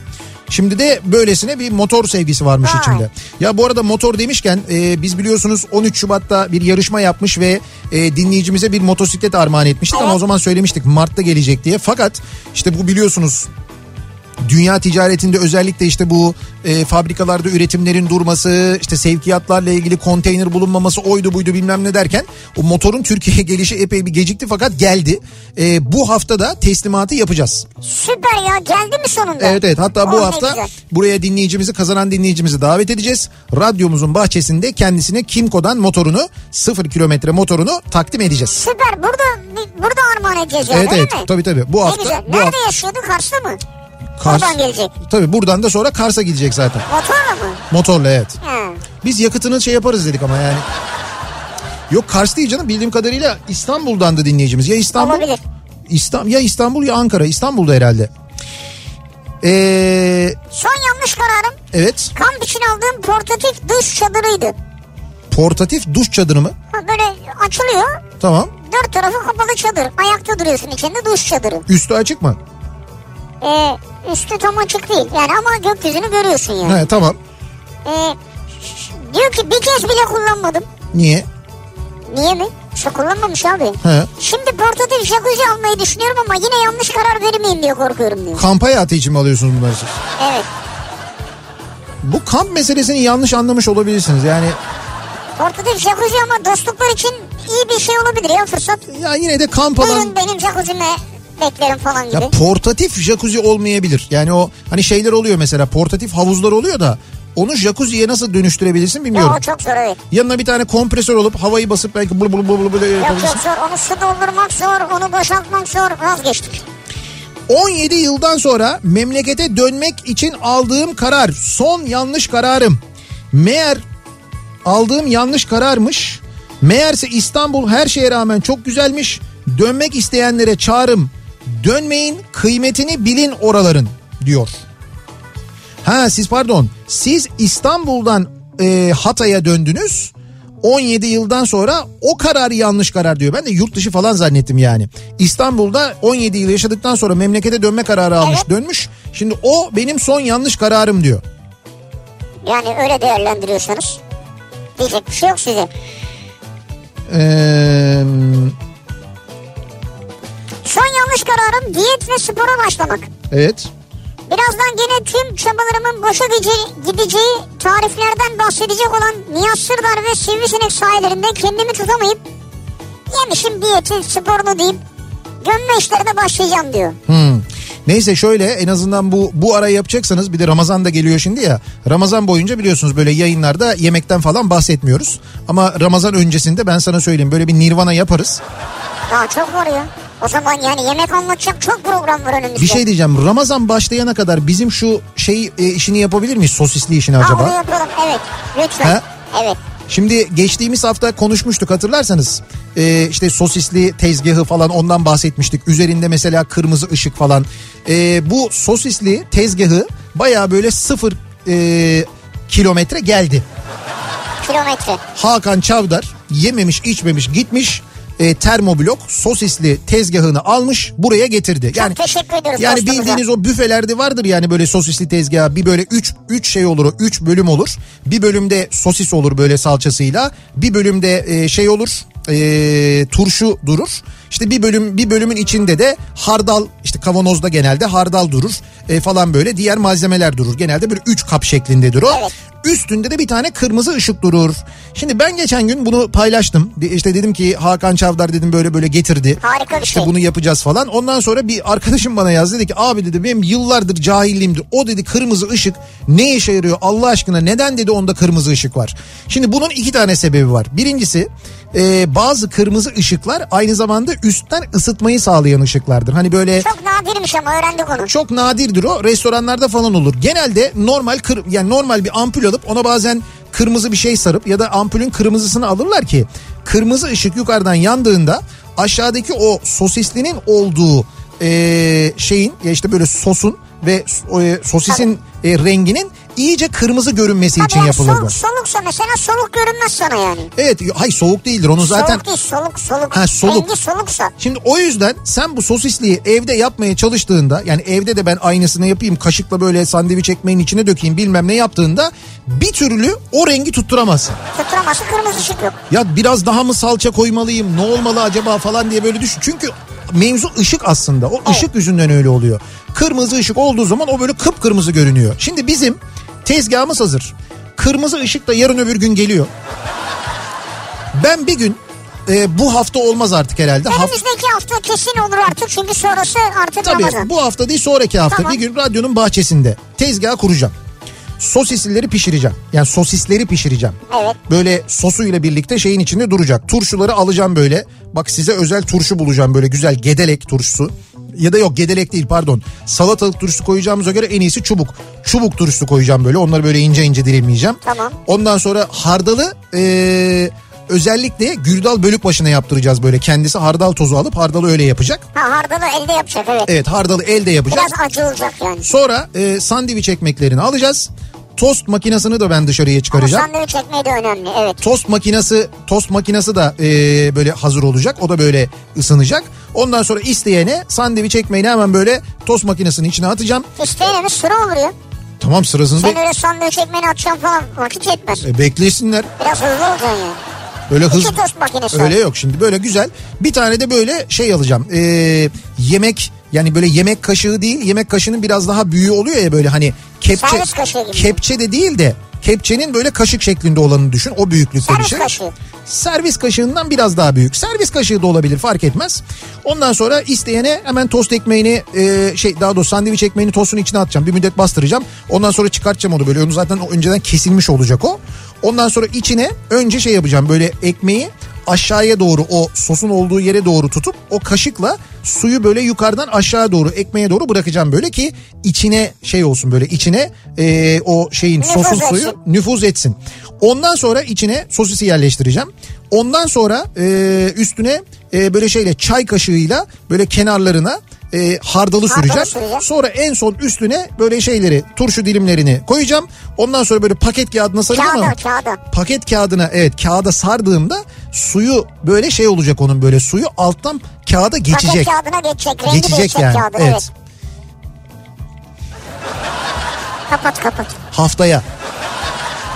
B: Şimdi de böylesine bir motor sevgisi varmış
C: Vay.
B: içinde. Ya bu arada motor demişken e, biz biliyorsunuz 13 Şubat'ta bir yarışma yapmış ve e, dinleyicimize bir motosiklet armağan etmiştik ama o zaman söylemiştik Mart'ta gelecek diye. Fakat işte bu biliyorsunuz dünya ticaretinde özellikle işte bu e, fabrikalarda üretimlerin durması, işte sevkiyatlarla ilgili konteyner bulunmaması oydu buydu bilmem ne derken o motorun Türkiye'ye gelişi epey bir gecikti fakat geldi. E, bu hafta da teslimatı yapacağız.
C: Süper ya geldi mi sonunda?
B: Evet evet hatta bu
C: Oh, ne
B: hafta
C: güzel.
B: buraya dinleyicimizi kazanan dinleyicimizi davet edeceğiz. Radyomuzun bahçesinde kendisine Kimco'dan motorunu 0 kilometre motorunu takdim edeceğiz.
C: Süper burada burada armağan edeceğiz yani
B: Evet
C: öyle
B: evet
C: mi?
B: tabii tabii bu
C: Ne
B: hafta
C: güzel.
B: bu
C: Nerede
B: hafta
C: yaşıyordu Kars'ta mı?
B: Kars-
C: Oradan gelecek.
B: Tabii buradan da sonra Kars'a gidecek zaten
C: Motorla mı?
B: motorla evet.
C: He.
B: Biz yakıtını şey yaparız dedik ama yani. Yok Kars değil canım bildiğim kadarıyla İstanbul'dan da dinleyicimiz. Ya İstanbul
C: Olabilir.
B: İstan- ya İstanbul ya Ankara. İstanbul'da herhalde. Ee,
C: Son yanlış kararım
B: evet
C: kamp için aldığım portatif duş çadırıydı.
B: portatif duş çadırı mı?
C: Ha, Böyle açılıyor
B: Tamam.
C: dört tarafı kapalı çadır. Ayakta duruyorsun içinde duş çadırı.
B: Üstü açık mı?
C: Ee, üstü tam açık değil yani ama gökyüzünü görüyorsun yani.
B: He, tamam.
C: Ee, diyor ki bir kez bile kullanmadım.
B: Niye?
C: Niye mi? Şu kullanmamış abi.
B: He.
C: Şimdi portatif jacuzzi almayı düşünüyorum ama yine yanlış karar vermeyeyim diye korkuyorum diyor.
B: Kamp hayatı için mi alıyorsunuz bunları siz?
C: Evet.
B: Bu kamp meselesini yanlış anlamış olabilirsiniz. Yani
C: Portatif jacuzzi ama dostluklar için iyi bir şey olabilir ya fırsat.
B: ya yine de kamp alan...
C: Buyurun benim jacuzzime beklerim falan gibi.
B: Ya portatif jacuzzi olmayabilir. Yani o hani şeyler oluyor mesela portatif havuzlar oluyor da onu jacuzziye nasıl dönüştürebilirsin
C: Ya
B: bilmiyorum.
C: o çok zor evet.
B: Yanına bir tane kompresör olup havayı basıp belki bul bul bul bul
C: Yok
B: yapabilirsin.
C: yok zor. Onu su doldurmak zor. Onu boşaltmak zor. Vazgeçtik.
B: 17 yıldan sonra memlekete dönmek için aldığım karar son yanlış kararım. Meğer aldığım yanlış kararmış. Meğerse İstanbul her şeye rağmen çok güzelmiş. Dönmek isteyenlere çağrım. Dönmeyin kıymetini bilin oraların diyor. Ha siz pardon siz İstanbul'dan e, Hatay'a döndünüz. 17 yıldan sonra o karar yanlış karar diyor. Ben de yurt dışı falan zannettim yani. İstanbul'da 17 yıl yaşadıktan sonra memlekete dönme kararı almış
C: Evet.
B: dönmüş. Şimdi o benim son yanlış kararım diyor.
C: Yani öyle değerlendiriyorsanız. Diyecek bir şey yok size.
B: Eee,
C: Son yanlış kararım diyet ve spora başlamak.
B: evet.
C: Birazdan gene tüm çabalarımın boşa gidece- gideceği tariflerden bahsedecek olan Nihat Sırdar ve Sivrisinek sayelerinde kendimi tutamayıp yemişim diyeti sporunu deyip gömme işlerine başlayacağım diyor.
B: Hmm. Neyse şöyle en azından bu bu ara yapacaksanız bir de Ramazan da geliyor şimdi ya. Ramazan boyunca biliyorsunuz böyle yayınlarda yemekten falan bahsetmiyoruz. Ama Ramazan öncesinde ben sana söyleyeyim böyle bir nirvana yaparız.
C: Daha çok var ya. O zaman yani yemek anlatacak çok program var önümüzde.
B: Bir şey diyeceğim Ramazan başlayana kadar bizim şu şey e, işini yapabilir miyiz sosisli işini
C: Aa,
B: acaba?
C: onu yapalım evet. Lütfen.
B: Ha?
C: Evet.
B: Şimdi geçtiğimiz hafta konuşmuştuk hatırlarsanız. Ee, işte sosisli tezgahı falan ondan bahsetmiştik. Üzerinde mesela kırmızı ışık falan. Ee, bu sosisli tezgahı baya böyle sıfır e, kilometre geldi.
C: Kilometre.
B: Hakan Çavdar yememiş içmemiş gitmiş e, termoblok sosisli tezgahını almış buraya getirdi. Yani
C: teşekkür ediyoruz
B: Yani
C: dostumuza.
B: bildiğiniz o büfelerde vardır yani böyle sosisli tezgah bir böyle 3 3 şey olur o 3 bölüm olur. Bir bölümde sosis olur böyle salçasıyla. Bir bölümde e, şey olur. e, turşu durur. İşte bir bölüm bir bölümün içinde de hardal işte kavanozda genelde hardal durur e, falan böyle diğer malzemeler durur. Genelde böyle 3 kap şeklindedir o.
C: Evet.
B: Üstünde de bir tane kırmızı ışık durur. Şimdi ben geçen gün bunu paylaştım. De- İşte dedim ki Hakan Çavdar dedim böyle böyle getirdi.
C: Harika bir
B: İşte
C: şey.
B: bunu yapacağız falan. Ondan sonra bir arkadaşım bana yazdı dedi ki abi dedi benim yıllardır cahilliğimdir. O dedi kırmızı ışık ne işe yarıyor Allah aşkına neden dedi onda kırmızı ışık var. Şimdi bunun iki tane sebebi var. Birincisi e, bazı kırmızı ışıklar aynı zamanda üstten ısıtmayı sağlayan ışıklardır. Hani böyle
C: Çok nadirmiş ama öğrendik onu.
B: çok nadirdir o. Restoranlarda falan olur. Genelde normal kır, yani normal bir ampul alıp ona bazen kırmızı bir şey sarıp ya da ampulün kırmızısını alırlar ki kırmızı ışık yukarıdan yandığında aşağıdaki o sosislinin olduğu eee, şeyin ya işte böyle sosun ve so- e, sosisin e, renginin iyice kırmızı görünmesi
C: Tabii
B: için
C: yani
B: yapılır bu.
C: soluk, soluksa mesela soluk görünmez sana yani.
B: Evet, hay soğuk değildir. Onu zaten
C: Soluk değil soluk soluk.
B: Ha, soluk.
C: Rengi soluksa.
B: Şimdi o yüzden sen bu sosisliği evde yapmaya çalıştığında yani evde de ben aynısını yapayım kaşıkla böyle sandviç ekmeğin içine dökeyim bilmem ne yaptığında bir türlü o rengi tutturamazsın.
C: Tutturamazsın kırmızı ışık yok.
B: Ya biraz daha mı salça koymalıyım ne olmalı acaba falan diye böyle düşün. Çünkü mevzu ışık aslında. O ışık yüzünden öyle oluyor. Kırmızı ışık olduğu zaman o böyle kıpkırmızı görünüyor. Şimdi bizim tezgahımız hazır. Kırmızı ışık da yarın öbür gün geliyor. Ben bir gün e, bu hafta olmaz artık herhalde. Haft-
C: Önümüzdeki hafta kesin olur artık çünkü sonrası artık
B: Tabii
C: Ramazan.
B: bu hafta değil sonraki hafta
C: Tamam.
B: bir gün radyonun bahçesinde tezgah kuracağım. Sosisleri pişireceğim. Yani sosisleri pişireceğim.
C: Evet.
B: Böyle sosuyla birlikte şeyin içinde duracak. Turşuları alacağım böyle. Bak size özel turşu bulacağım böyle güzel gedelek turşusu. Ya da yok gedelek değil pardon. Salatalık turşusu koyacağımıza göre en iyisi çubuk. Çubuk turşusu koyacağım böyle. Onları böyle ince ince dilimleyeceğim.
C: Tamam.
B: Ondan sonra hardalı eee, özellikle gürdal bölük başına yaptıracağız böyle. Kendisi hardal tozu alıp hardalı öyle yapacak.
C: Ha hardalı elde yapacak evet.
B: Evet hardalı elde yapacağız.
C: Biraz acı olacak yani.
B: Sonra e, sandviç ekmeklerini alacağız. Tost makinesini de ben dışarıya
C: Ama
B: çıkaracağım.
C: sandviç ekmeği de önemli evet.
B: Tost makinesi tost makinesi da e, böyle hazır olacak. O da böyle ısınacak. Ondan sonra isteyene sandviç ekmeğini hemen böyle tost makinesinin içine atacağım.
C: İsteyene bir sıra olur ya.
B: Tamam sırasını
C: Sen
B: bek-
C: öyle sandviç ekmeğini atacağım falan vakit yetmez.
B: e, beklesinler.
C: Biraz hızlı olacaksın yani.
B: Böyle hız.
C: İki tost makinesi var.
B: Öyle yok şimdi böyle güzel. Bir tane de böyle şey alacağım. Ee, yemek yani böyle yemek kaşığı değil yemek kaşığının biraz daha büyüğü oluyor ya böyle hani kepçe.
C: Servis kaşığı gibi.
B: Kepçe de değil de kepçenin böyle kaşık şeklinde olanı düşün. O büyüklükte bir
C: Servis
B: şey.
C: kaşığı.
B: Servis kaşığından biraz daha büyük. Servis kaşığı da olabilir fark etmez. Ondan sonra isteyene hemen tost ekmeğini e, şey daha doğrusu sandviç ekmeğini tostun içine atacağım. Bir müddet bastıracağım. Ondan sonra çıkartacağım onu böyle. Onu zaten o önceden kesilmiş olacak o. Ondan sonra içine önce şey yapacağım böyle ekmeği aşağıya doğru o sosun olduğu yere doğru tutup o kaşıkla suyu böyle yukarıdan aşağı doğru ekmeğe doğru bırakacağım böyle ki içine şey olsun böyle içine e, o şeyin
C: Nüfuz
B: sosun
C: etsin.
B: suyu nüfuz etsin. Ondan sonra içine sosisi yerleştireceğim. Ondan sonra e, üstüne e, böyle şeyle çay kaşığıyla böyle kenarlarına e, hardalı süreceğim.
C: süreceğim.
B: Sonra en son üstüne böyle şeyleri turşu dilimlerini koyacağım. Ondan sonra böyle paket kağıdına saracağım ama
C: Kağıda kağıda.
B: paket kağıdına evet kağıda sardığımda suyu böyle şey olacak onun böyle suyu alttan kağıda geçecek.
C: Paket kağıdına geçecek. Rengi
B: Geçecek
C: değişecek
B: yani.
C: kağıdın evet.
B: evet.
C: Kapat kapat.
B: Haftaya.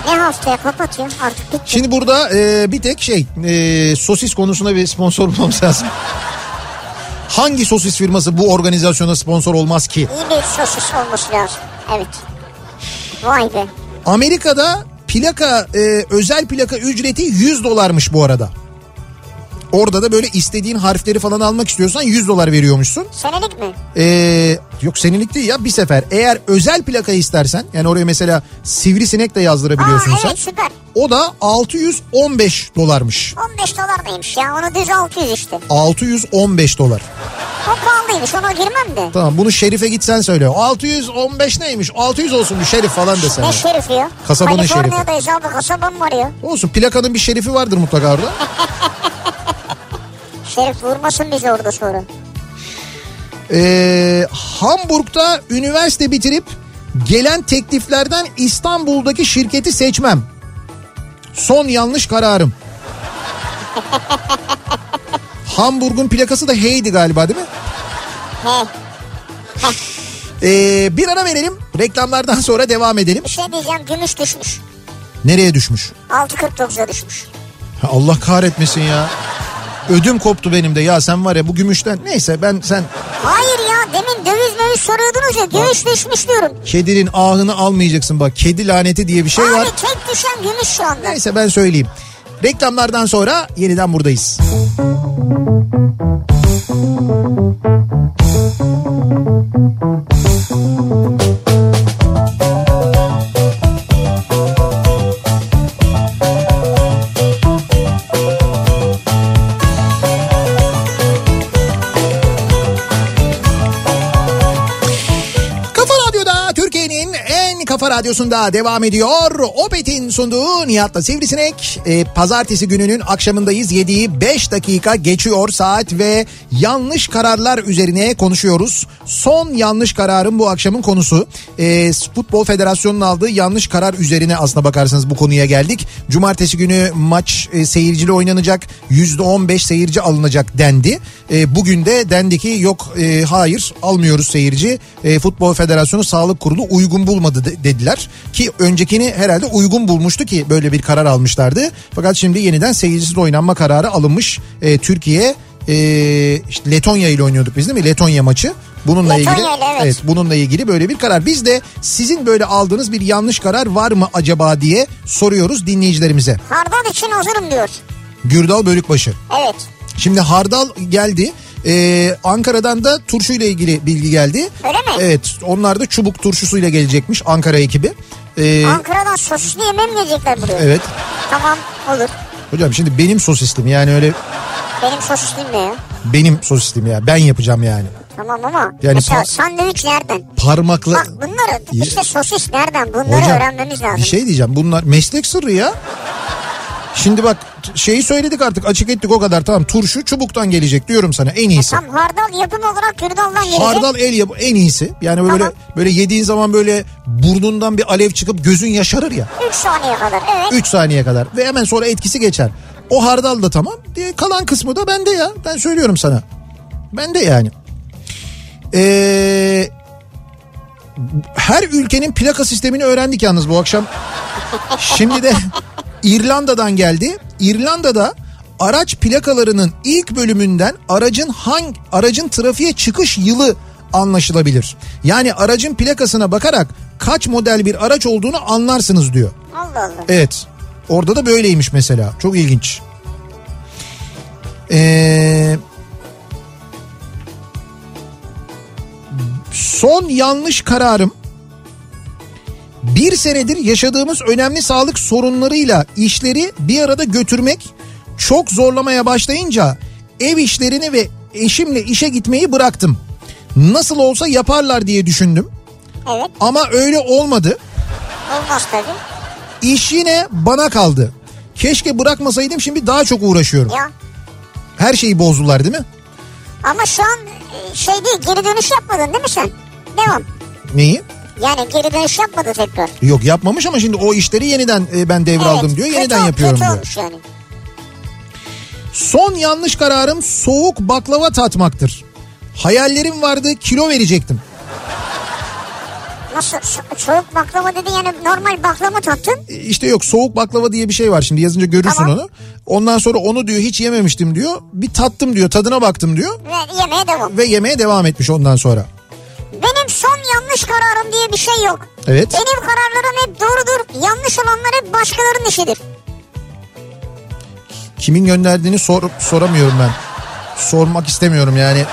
C: Ne haftaya kapatıyor artık bitti.
B: Şimdi burada e, bir tek şey e, sosis konusuna bir sponsor bulmamız lazım. Hangi sosis firması bu organizasyona sponsor olmaz ki?
C: İyi bir sosis olması lazım. Evet. Vay be.
B: Amerika'da plaka e, özel plaka ücreti 100 dolarmış bu arada. Orada da böyle istediğin harfleri falan almak istiyorsan 100 dolar veriyormuşsun.
C: Senelik mi?
B: Ee, yok senelik değil ya bir sefer. Eğer özel plaka istersen yani oraya mesela sivrisinek de
C: Aa
B: yazdırabiliyorsun sen.
C: evet süper.
B: O da 615 dolarmış.
C: 15 dolar neymiş ya onu düz 600 işte.
B: 615 dolar.
C: O pahalıymış ona girmem de.
B: Tamam bunu Şerif'e gitsen söyle. 615 neymiş? 600 olsun bir Şerif falan desen.
C: Ne şerifi ya?
B: Kasabanın şerifi.
C: Kaliforniya'da hesabı kasabam var ya.
B: Olsun plakanın bir Şerif'i vardır mutlaka orada.
C: Şerif vurmasın bizi orada sonra.
B: Ee, Hamburg'da üniversite bitirip gelen tekliflerden İstanbul'daki şirketi seçmem. Son yanlış kararım. Hamburg'un plakası da Hey'di galiba değil mi?
C: He.
B: Ee, bir ara verelim. Reklamlardan sonra devam edelim.
C: Bir şey diyeceğim gümüş düşmüş.
B: Nereye düşmüş?
C: 6.49'a düşmüş.
B: Ha, Allah kahretmesin ya. Ödüm koptu benim de ya sen var ya bu gümüşten. Neyse ben sen
C: Hayır ya demin döviz döviz soruyordunuz ya gümüş düşmüş diyorum.
B: kedinin ahını almayacaksın bak. Kedi laneti diye bir şey var.
C: Abi tek düşen gümüş şu anda.
B: Neyse ben söyleyeyim. Reklamlardan sonra yeniden buradayız. Kafa Radyo'da Türkiye'nin en kafa radyosunda devam ediyor. Opet'in sunduğu Nihat'la Sivrisinek. Ee, pazartesi gününün akşamındayız. 7'yi 5 dakika geçiyor saat ve yanlış kararlar üzerine konuşuyoruz. Son yanlış kararın bu akşamın konusu. Ee, Futbol Federasyonu'nun aldığı yanlış karar üzerine aslına bakarsanız bu konuya geldik. Cumartesi günü maç e, seyircili oynanacak. %15 seyirci alınacak dendi. E, bugün de dendi ki yok e, hayır almıyoruz seyirci. E, Futbol Federasyonu Sağlık Kurulu uygun bulmadı de- dediler. Ki öncekini herhalde uygun bulmuştu ki böyle bir karar almışlardı. Fakat şimdi yeniden seyircisiz oynanma kararı alınmış. E, Türkiye e, işte Letonya ile oynuyorduk biz değil mi? Letonya maçı. Bununla
C: Letonya
B: ilgili
C: ile, evet.
B: bununla ilgili böyle bir karar. Biz de sizin böyle aldığınız bir yanlış karar var mı acaba diye soruyoruz dinleyicilerimize.
C: Hardal için hazırım diyor.
B: Gürdal Bölükbaşı.
C: Evet.
B: Şimdi hardal geldi. Ee, Ankara'dan da turşu ile ilgili bilgi geldi.
C: Öyle mi?
B: Evet. Onlar da çubuk turşusuyla gelecekmiş Ankara ekibi. Ee,
C: Ankara'dan sosisli yemeğe mi gelecekler buraya?
B: evet.
C: Tamam olur.
B: Hocam şimdi benim sosislim yani öyle
C: Benim sosislim ne ya?
B: benim sosislim ya. Ben yapacağım yani.
C: Tamam ama
B: Yani
C: mesela
B: pa-
C: sandviç nereden?
B: Parmakla...
C: Bak bunları
B: Ye-
C: işte sosis nereden bunları
B: şey Hocam,
C: öğrenmemiz lazım.
B: Bir şey diyeceğim bunlar meslek sırrı ya. Şimdi bak t- şeyi söyledik artık açık ettik o kadar tamam turşu çubuktan gelecek diyorum sana en iyisi.
C: Tam hardal yapım olarak Gürdal'dan gelecek.
B: Hardal el yap en iyisi. Yani böyle
C: Tamam.
B: böyle yediğin zaman böyle burnundan bir alev çıkıp gözün yaşarır ya.
C: 3 saniye kadar evet.
B: 3 saniye kadar ve hemen sonra etkisi geçer. O hardal da tamam. Diye kalan kısmı da bende ya. Ben söylüyorum sana. Bende yani. Ee, her ülkenin plaka sistemini öğrendik yalnız bu akşam. Şimdi de İrlanda'dan geldi. İrlanda'da araç plakalarının ilk bölümünden aracın hangi aracın trafiğe çıkış yılı anlaşılabilir. Yani aracın plakasına bakarak kaç model bir araç olduğunu anlarsınız diyor.
C: Allah Allah.
B: Evet. Orada da böyleymiş mesela. Çok ilginç. Ee, son yanlış kararım bir senedir yaşadığımız önemli sağlık sorunlarıyla işleri bir arada götürmek çok zorlamaya başlayınca ev işlerini ve eşimle işe gitmeyi bıraktım. Nasıl olsa yaparlar diye düşündüm
C: Evet
B: ama öyle olmadı.
C: olmaz tabii.
B: İş yine bana kaldı. Keşke bırakmasaydım şimdi daha çok uğraşıyorum.
C: Ya
B: Her şeyi bozdular değil mi?
C: ama şu an e, şey değil geri dönüş yapmadın değil mi sen? Devam.
B: Neyi?
C: Yani geri dönüş yapmadı tekrar.
B: Yok yapmamış ama şimdi o işleri yeniden e, ben devraldım diyor.
C: kötü
B: Yeniden
C: ol-
B: yapıyorum
C: kötü
B: diyor.
C: olmuş yani.
B: Son yanlış kararım soğuk baklava tatmaktır. Hayallerim vardı kilo verecektim.
C: Nasıl so- soğuk baklava dedi yani normal baklava tattın.
B: E, İşte yok soğuk baklava diye bir şey var şimdi yazınca görürsün
C: Tamam.
B: onu. Ondan sonra onu diyor hiç yememiştim diyor. Bir tattım diyor tadına baktım diyor.
C: Ve yemeğe devam.
B: Ve yemeye devam etmiş ondan sonra.
C: Benim son yanlış kararım diye bir şey yok.
B: Evet.
C: Benim kararlarım hep doğrudur. Yanlış olanlar hep başkalarının işidir.
B: Kimin gönderdiğini sor, soramıyorum ben. Sormak istemiyorum yani.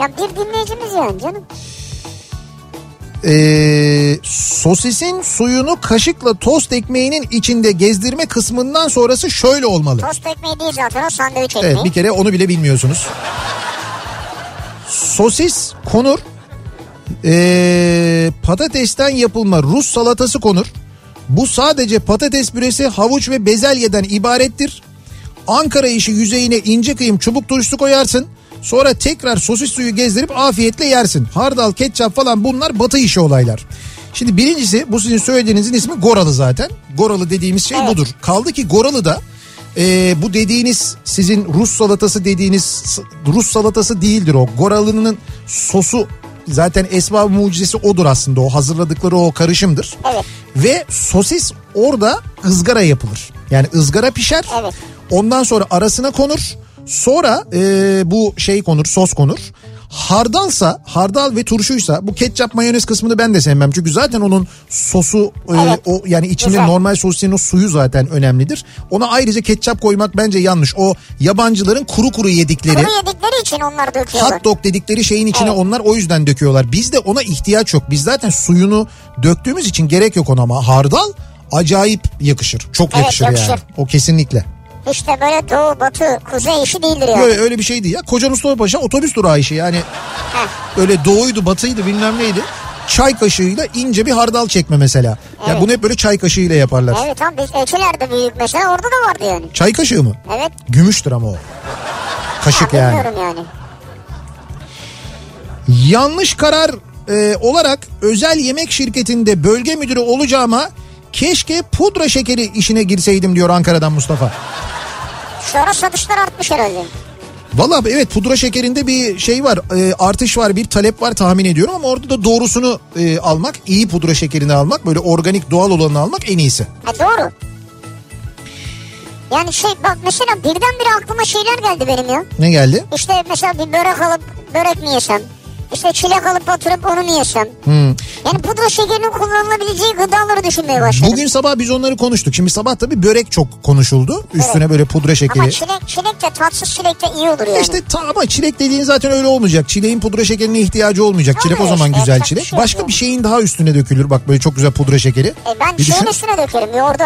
C: Ya bir dinleyicimiz yani canım.
B: Ee, sosisin suyunu kaşıkla tost ekmeğinin içinde gezdirme kısmından sonrası şöyle olmalı.
C: Tost ekmeği değil zaten o sandviç ekmeği.
B: Evet bir kere onu bile bilmiyorsunuz. Sosis konur. Ee, patatesten yapılma Rus salatası konur. Bu sadece patates püresi, havuç ve bezelyeden ibarettir. Ankara işi yüzeyine ince kıyım çubuk turşusu koyarsın. Sonra tekrar sosis suyu gezdirip afiyetle yersin. Hardal, ketçap falan bunlar batı işi olaylar. Şimdi birincisi bu sizin söylediğinizin ismi Goralı zaten. Goralı dediğimiz şey budur. Kaldı ki Goralı'da e, bu dediğiniz sizin Rus salatası dediğiniz Rus salatası değildir o. Goralı'nın sosu zaten esma mucizesi odur aslında o hazırladıkları o karışımdır.
C: Evet.
B: Ve sosis orada ızgara yapılır. Yani ızgara pişer.
C: Evet.
B: Ondan sonra arasına konur. Sonra e, bu şey konur, sos konur. Hardalsa, hardal ve turşuysa bu ketçap mayonez kısmını ben de sevmem. Çünkü zaten onun sosu e,
C: Evet.
B: o yani içinde
C: Güzel.
B: normal sosisin o suyu zaten önemlidir. Ona ayrıca ketçap koymak bence yanlış. O yabancıların kuru kuru yedikleri
C: Bunu yedikleri için onlar döküyorlar.
B: hot dog dedikleri şeyin içine
C: Evet.
B: onlar o yüzden döküyorlar. Bizde ona ihtiyaç yok. Biz zaten suyunu döktüğümüz için gerek yok ona ama hardal acayip yakışır. Çok
C: Evet,
B: yakışır, yani.
C: yakışır.
B: O kesinlikle.
C: İşte böyle doğu, batı, kuzey işi değildir yani.
B: Böyle öyle bir şeydi ya. Koca Mustafa Paşa otobüs durağı işi yani. Öyle doğuydu, batıydı bilmem neydi. Çay kaşığıyla ince bir hardal çekme mesela. Ya bunu hep böyle çay kaşığıyla yaparlar.
C: Evet abi biz Etiler'de büyük mesela orada da vardı yani.
B: Çay kaşığı mı?
C: Evet.
B: Gümüştür ama o. Kaşık
C: Ha,
B: yani.
C: Bilmiyorum yani.
B: Yanlış karar e, olarak özel yemek şirketinde bölge müdürü olacağıma keşke pudra şekeri işine girseydim diyor Ankara'dan Mustafa.
C: Sonra satışlar artmış herhalde.
B: Valla evet pudra şekerinde bir şey var e, artış var bir talep var tahmin ediyorum ama orada da doğrusunu e, almak iyi pudra şekerini almak böyle organik doğal olanı almak en iyisi.
C: Ha, doğru. E, Yani şey bak mesela birdenbire aklıma şeyler geldi benim ya.
B: Ne geldi?
C: İşte mesela bir börek alıp börek mi yesem? İşte çilek alıp oturup onu mu yesem?
B: Hmm.
C: Yani pudra şekerinin kullanılabileceği gıdaları düşünmeye başladım.
B: Bugün sabah biz onları konuştuk. Şimdi sabah tabii börek çok konuşuldu. Üstüne böyle pudra şekeri.
C: Ama çilek, çilek de tatsız çilek de iyi olur yani.
B: Ee, İşte ta- ama çilek dediğin zaten öyle olmayacak. Çileğin pudra şekerine ihtiyacı olmayacak.
C: Ama
B: çilek o
C: işte
B: zaman güzel
C: yapacak bir
B: çilek.
C: şey yok
B: Başka
C: ya.
B: bir şeyin daha üstüne dökülür. Bak böyle çok güzel pudra şekeri.
C: E ben
B: Bir
C: şeyin
B: düşün.
C: üstüne dökerim yoğurdu.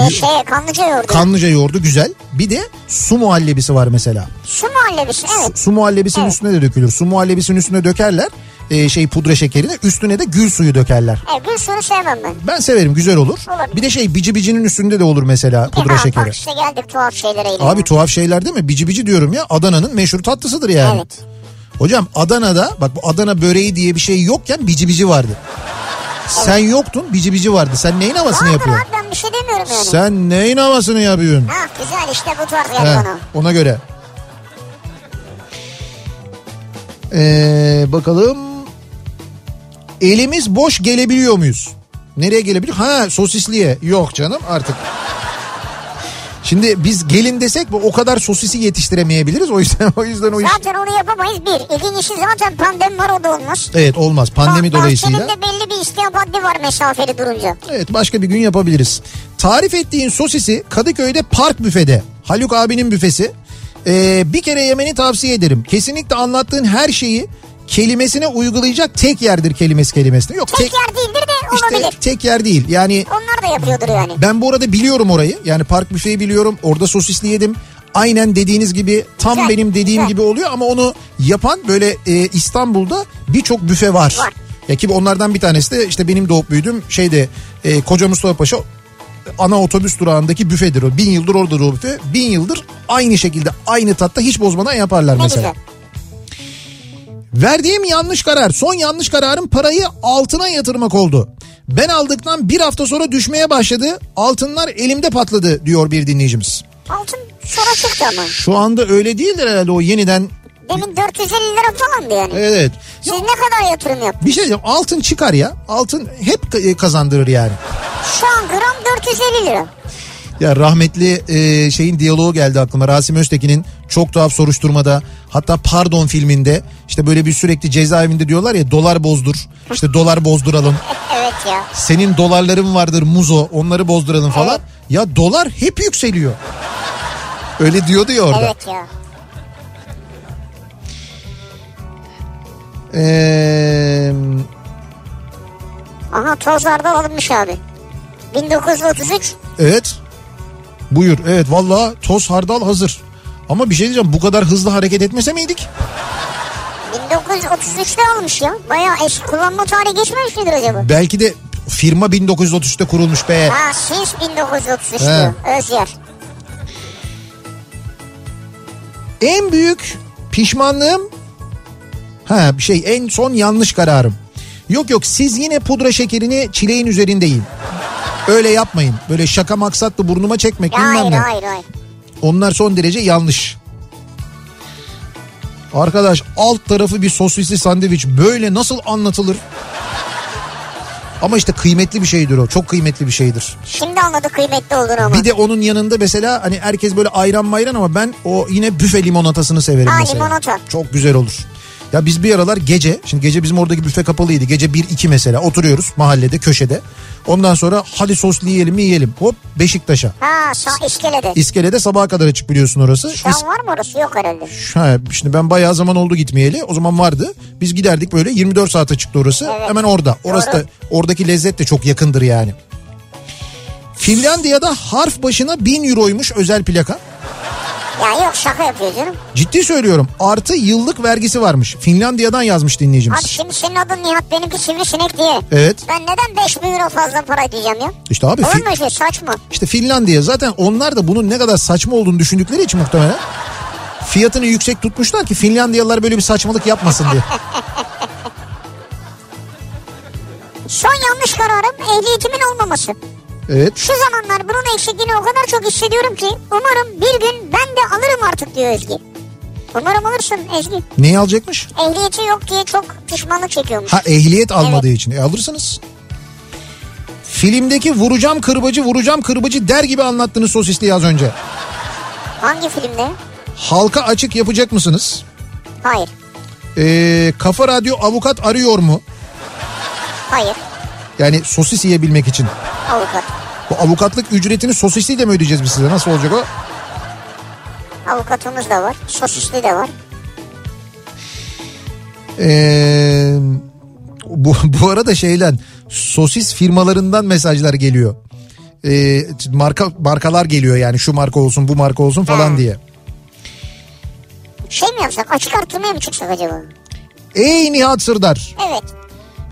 C: E şey kanlıca yoğurdu.
B: Kanlıca yoğurdu güzel. Bir de su muhallebisi var mesela.
C: Su muhallebisi
B: Su,
C: evet.
B: su muhallebisinin
C: Evet.
B: üstüne de dökülür. Su muhallebisinin üstüne dökerler. e, şey pudra şekerini üstüne de gül suyu dökerler.
C: E gül suyunu sevmem ben.
B: Ben severim güzel olur.
C: Olabilir.
B: Bir de şey bici bicinin üstünde de olur mesela pudra
C: Ha,
B: şekeri.
C: ah, Bak işte geldik tuhaf şeylere yine.
B: Abi tuhaf şeyler değil mi? Bici bici diyorum ya Adana'nın meşhur tatlısıdır yani.
C: Evet.
B: Hocam Adana'da bak bu Adana böreği diye bir şey yokken bici bici vardı. Sen yoktun bici bici vardı. Sen neyin havasını
C: Vardır
B: yapıyorsun?
C: abi ben bir şey demiyorum yani.
B: Sen neyin havasını yapıyorsun?
C: Ha güzel işte bu tarz geldi
B: He,
C: bana.
B: ona göre. Ee, bakalım. Elimiz boş gelebiliyor muyuz? Nereye gelebilir? Ha sosisliye. Yok canım artık. Şimdi biz gelin desek bu o kadar sosisi yetiştiremeyebiliriz. O yüzden o yüzden o iş...
C: Zaten onu yapamayız bir. İkincisi zaten pandemi var o da olmaz.
B: Evet olmaz pandemi
C: Bah-
B: dolayısıyla.
C: Bahçenin de belli bir isteğe haddi var mesafeli durunca.
B: Evet başka bir gün yapabiliriz. Tarif ettiğin sosisi Kadıköy'de park büfede. Haluk abinin büfesi. Ee, bir kere yemeni tavsiye ederim. Kesinlikle anlattığın her şeyi kelimesine uygulayacak tek yerdir kelimesi kelimesine. Yok
C: Tek,
B: tek,
C: yer değildir de
B: işte
C: olabilir.
B: tek yer değil. Yani
C: Onlar da yapıyordur yani.
B: ben bu arada biliyorum orayı. Yani park büfeyi biliyorum. Orada sosisli yedim. Aynen dediğiniz gibi tam
C: Güzel,
B: benim dediğim
C: güzel.
B: gibi oluyor ama onu yapan böyle e, İstanbul'da birçok büfe var.
C: Var.
B: Ya ki onlardan bir tanesi de işte benim doğup büyüdüğüm şeyde e, Koca Mustafa Paşa ana otobüs durağındaki büfedir o. Bin yıldır orada o büfe. Bin yıldır aynı şekilde aynı tatta hiç bozmadan yaparlar
C: Ne
B: mesela.
C: güzel.
B: Verdiğim yanlış karar. Son yanlış kararım parayı altına yatırmak oldu. Ben aldıktan bir hafta sonra düşmeye başladı. Altınlar elimde patladı diyor bir dinleyicimiz.
C: Altın sonra çıktı ama.
B: Şu anda öyle değildir herhalde o yeniden.
C: Demin 450 lira falandı yani.
B: Evet.
C: Siz ne kadar yatırım yap?
B: Bir şey diyeceğim altın çıkar ya. Altın hep ka- e, kazandırır yani.
C: Şu an gram 450 lira.
B: Ya rahmetli e, şeyin diyaloğu geldi aklıma. Rasim Öztekin'in çok tuhaf soruşturmada hatta Pardon filminde işte böyle bir sürekli cezaevinde diyorlar ya dolar bozdur. İşte dolar bozduralım.
C: Evet ya.
B: senin dolarların vardır muzo onları bozduralım falan. Ya dolar hep yükseliyor. Öyle diyordu ya orada.
C: Evet ya.
B: Ee,
C: Aha tozlardan alınmış abi. 1933
B: evet. Buyur. Evet valla toz hardal hazır. Ama bir şey diyeceğim bu kadar hızlı hareket etmese miydik?
C: 1933'te almış ya. Bayağı eski kullanma tarihi geçmemiş midir acaba?
B: Belki de firma 1933'te kurulmuş be.
C: Ha siz 1933
B: He.
C: diyor. Özyer.
B: En büyük pişmanlığım ha bir şey en son yanlış kararım. Yok yok siz yine pudra şekerini çileğin üzerinde yiyin. Öyle yapmayın. Böyle şaka maksatlı burnuma çekmek
C: Ya
B: bilmem
C: hayır
B: ne.
C: hayır hayır.
B: Onlar son derece yanlış. Arkadaş alt tarafı bir sosisli sandviç böyle nasıl anlatılır? Ama işte kıymetli bir şeydir o. Çok kıymetli bir şeydir.
C: Şimdi anladık kıymetli olduğunu ama.
B: Bir de onun yanında mesela hani herkes böyle ayran mayran ama ben o yine büfe limonatasını severim
C: Ha,
B: mesela.
C: limonata.
B: Çok güzel olur. Ya biz bir aralar gece şimdi gece bizim oradaki büfe kapalıydı. Gece 1-2 mesela oturuyoruz mahallede köşede. Ondan sonra hadi soslu yiyelim mi yiyelim. Hop Beşiktaş'a.
C: Ha sağ iskelede.
B: İskelede sabaha kadar açık biliyorsun orası.
C: Şu an var mı orası? Yok herhalde.
B: Ha, şimdi ben bayağı zaman oldu gitmeyeli. O zaman vardı. Biz giderdik böyle 24 saate çıktı orası.
C: Evet.
B: Hemen orada. Orası
C: Doğru.
B: da oradaki lezzet de çok yakındır yani. Finlandiya'da harf başına 1000 euroymuş özel plaka.
C: Ya yok şaka yapıyor canım.
B: Ciddi söylüyorum. Artı yıllık vergisi varmış. Finlandiya'dan yazmış
C: Abi
B: dinleyicimiz.
C: şimdi senin adın Nihat benimki sivrisinek diye.
B: Evet.
C: Ben neden 5 bin euro fazla para diyeceğim ya?
B: İşte abi
C: Olur
B: fi-
C: mu işte saçma.
B: işte Finlandiya zaten onlar da bunun ne kadar saçma olduğunu düşündükleri için muhtemelen fiyatını yüksek tutmuşlar ki Finlandiyalılar böyle bir saçmalık yapmasın diye.
C: Son yanlış kararım ehliyetimin olmaması.
B: Evet.
C: Şu zamanlar bunun eksikliğini o kadar çok hissediyorum ki umarım bir gün ben de alırım artık diyor Ezgi. Umarım alırsın Ezgi.
B: Neyi alacakmış?
C: Ehliyeti yok diye çok pişmanlık çekiyormuş.
B: Ha ehliyet almadığı için. E alırsınız. Filmdeki vuracağım kırbacı vuracağım kırbacı der gibi anlattınız sosisliği az önce.
C: Hangi filmde?
B: Halka açık yapacak mısınız?
C: Hayır.
B: Ee, Kafa Radyo avukat arıyor mu?
C: Hayır.
B: Yani sosis yiyebilmek için.
C: Avukat.
B: Bu avukatlık ücretini sosisliyle mi ödeyeceğiz biz size? Nasıl olacak o?
C: Avukatımız da var. Sosisli de var.
B: Ee, bu, bu arada şeyden sosis firmalarından mesajlar geliyor. Ee, marka markalar geliyor yani şu marka olsun bu marka olsun falan
C: Hmm.
B: diye.
C: Şey mi yapsak? Açık arttırmaya mı çıksak acaba?
B: Ey Nihat Sırdar
C: Evet.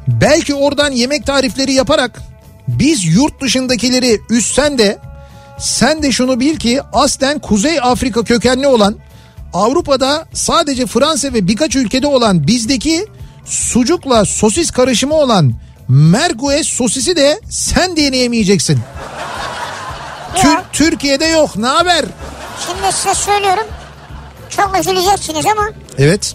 B: belki oradan yemek tarifleri yaparak biz yurt dışındakileri üssen de sen de şunu bil ki aslen Kuzey Afrika kökenli olan Avrupa'da sadece Fransa ve birkaç ülkede olan bizdeki sucukla sosis karışımı olan merguez sosisi de sen deneyemeyeceksin. Tür-
C: Ya.
B: Türkiye'de yok. Ne haber?
C: Şimdi size söylüyorum. Çok üzüleceksiniz ama
B: Evet.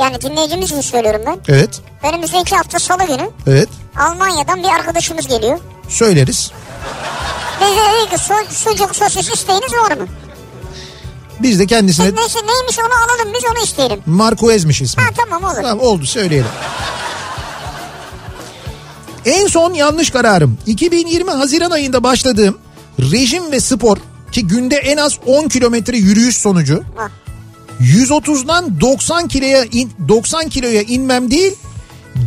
C: yani dinleyicimiz için söylüyorum ben.
B: Evet.
C: Önümüzdeki hafta salı günü
B: Evet.
C: Almanya'dan bir arkadaşımız geliyor.
B: Söyleriz.
C: Ve dedi ki "Su- sucuk sosis isteğiniz var mı?
B: Biz de kendisine
C: Evet. Neyse neymiş onu alalım biz onu isteyelim.
B: Marquez'miş ismi.
C: Ha tamam olur.
B: Tamam oldu söyleyelim. En son yanlış kararım. 2020 Haziran ayında başladığım rejim ve spor ki günde en az 10 kilometre yürüyüş sonucu
C: Bak,
B: 130'dan 90 kiloya in- 90 kiloya inmem değil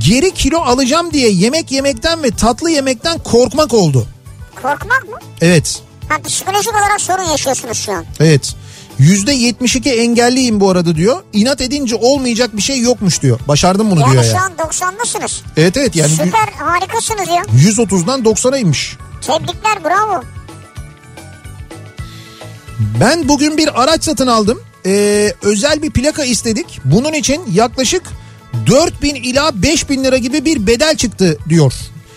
B: geri kilo alacağım diye yemek yemekten ve tatlı yemekten korkmak oldu.
C: Korkmak mı?
B: Evet.
C: Ha psikolojik olarak sorun yaşıyorsunuz şu an.
B: Evet. Yüzde 72 engelliyim bu arada diyor. İnat edince olmayacak bir şey yokmuş diyor. Başardım bunu
C: Yani
B: diyor
C: şu
B: ya.
C: an 90'lısınız.
B: Evet evet yani yü-
C: Süper harikasınız ya.
B: 130'dan 90'a inmiş.
C: Tebrikler bravo.
B: Ben bugün bir araç satın aldım. Ee, özel bir plaka istedik. Bunun için yaklaşık 4000 ila 5000 lira gibi bir bedel çıktı diyor.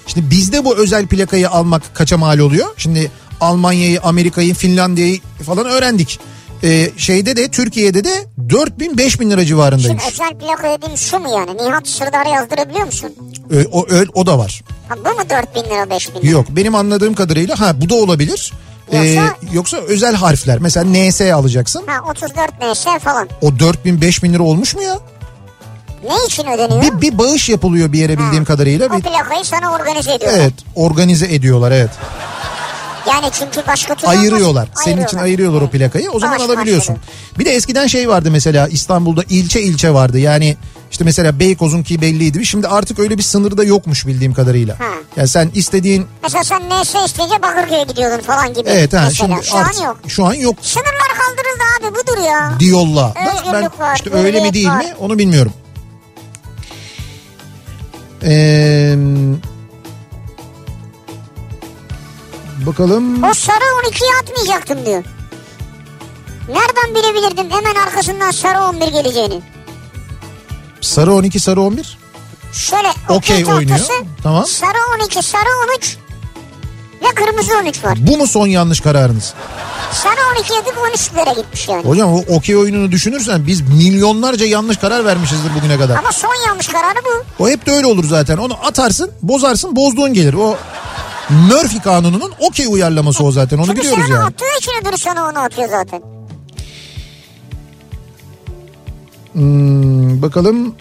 B: Şimdi bizde bu özel plakayı almak kaça mal oluyor? Şimdi Almanya'yı, Amerika'yı, Finlandiya'yı falan öğrendik. Ee, şeyde de Türkiye'de de 4000 5000 lira
C: Şimdi
B: civarındaymış.
C: özel plaka dediğim şu mu yani? Nihat Sırdar'ı yazdırabiliyor musun?
B: Ee, o, ö- o da var.
C: Ha, bu mu 4000 lira 5000 lira?
B: Yok benim anladığım kadarıyla ha bu da olabilir. Ee,
C: Yoksa-
B: yoksa özel harfler. Mesela NS alacaksın.
C: Ha 34 neyse falan.
B: O 4000 5000 lira olmuş mu ya?
C: Ne için ödeniyor?
B: Bir, bir bağış yapılıyor bir yere bildiğim kadarıyla.
C: O
B: Bir,
C: plakayı sana organize ediyorlar.
B: evet organize ediyorlar evet.
C: Yani çünkü başka türlü
B: Ayırıyorlar.
C: olmaz.
B: Senin için ayırıyorlar o plakayı. O zaman
C: Bağış
B: alabiliyorsun. Bir de eskiden şey vardı mesela İstanbul'da ilçe ilçe vardı. Yani işte mesela Beykoz'unki belliydi. Şimdi artık öyle bir sınırı da yokmuş bildiğim kadarıyla.
C: Ha.
B: Yani sen istediğin
C: Mesela sen neyse isteyince Bakırköy'e gidiyordun falan gibi.
B: evet ha
C: Mesela.
B: şimdi
C: Şu
B: artık-
C: an yok.
B: şu an yok
C: Sınırlar kaldırıldı abi budur ya.
B: diyorlar.
C: Özgürlük
B: Ben
C: var,
B: işte öyle mi
C: hürriyet
B: değil
C: var.
B: mi onu bilmiyorum. Ee, bakalım.
C: O sarı 12'ye atmayacaktım diyor. Nereden bilebilirdim hemen arkasından sarı 11 geleceğini?
B: Sarı 12, sarı 11.
C: Şöyle
B: Okey oynuyor.
C: tahtası,
B: Tamam.
C: Sarı 12, sarı 13 ve kırmızı 13 var.
B: Bu mu son yanlış kararınız?
C: Sarı 12 yedik 13'lere gitmiş yani.
B: Hocam o okey oyununu düşünürsen biz milyonlarca yanlış karar vermişizdir bugüne kadar.
C: Ama son yanlış kararı bu.
B: O hep de öyle olur zaten. Onu atarsın, bozarsın, bozduğun gelir. O Murphy kanununun okey uyarlaması o zaten. Onu
C: Çünkü sen
B: biliyoruz
C: onu
B: yani.
C: attığı için öbürü sana onu atıyor zaten.
B: Hmm, bakalım.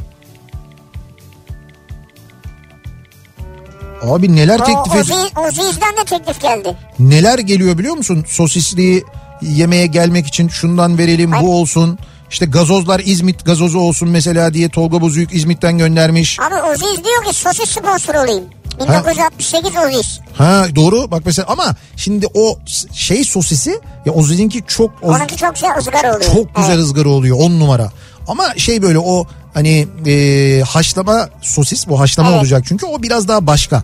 B: Abi neler teklif
C: O,
B: ediyor?
C: Ozi, Ozi'den de teklif geldi.
B: neler geliyor biliyor musun? Sosisli yemeğe gelmek için şundan verelim
C: Ay.
B: bu olsun. İşte gazozlar İzmit gazozu olsun mesela diye Tolga Bozüyük İzmit'ten göndermiş.
C: Abi Oziz diyor ki sosis sponsor olayım. 1968 Oziz.
B: Ha doğru bak mesela ama şimdi o s- şey sosisi ya o sizinki çok o-
C: Onunki çok güzel ızgara oluyor.
B: çok güzel ızgara oluyor on numara. Ama şey böyle o hani e, haşlama sosis bu haşlama
C: Evet.
B: olacak çünkü o biraz daha başka.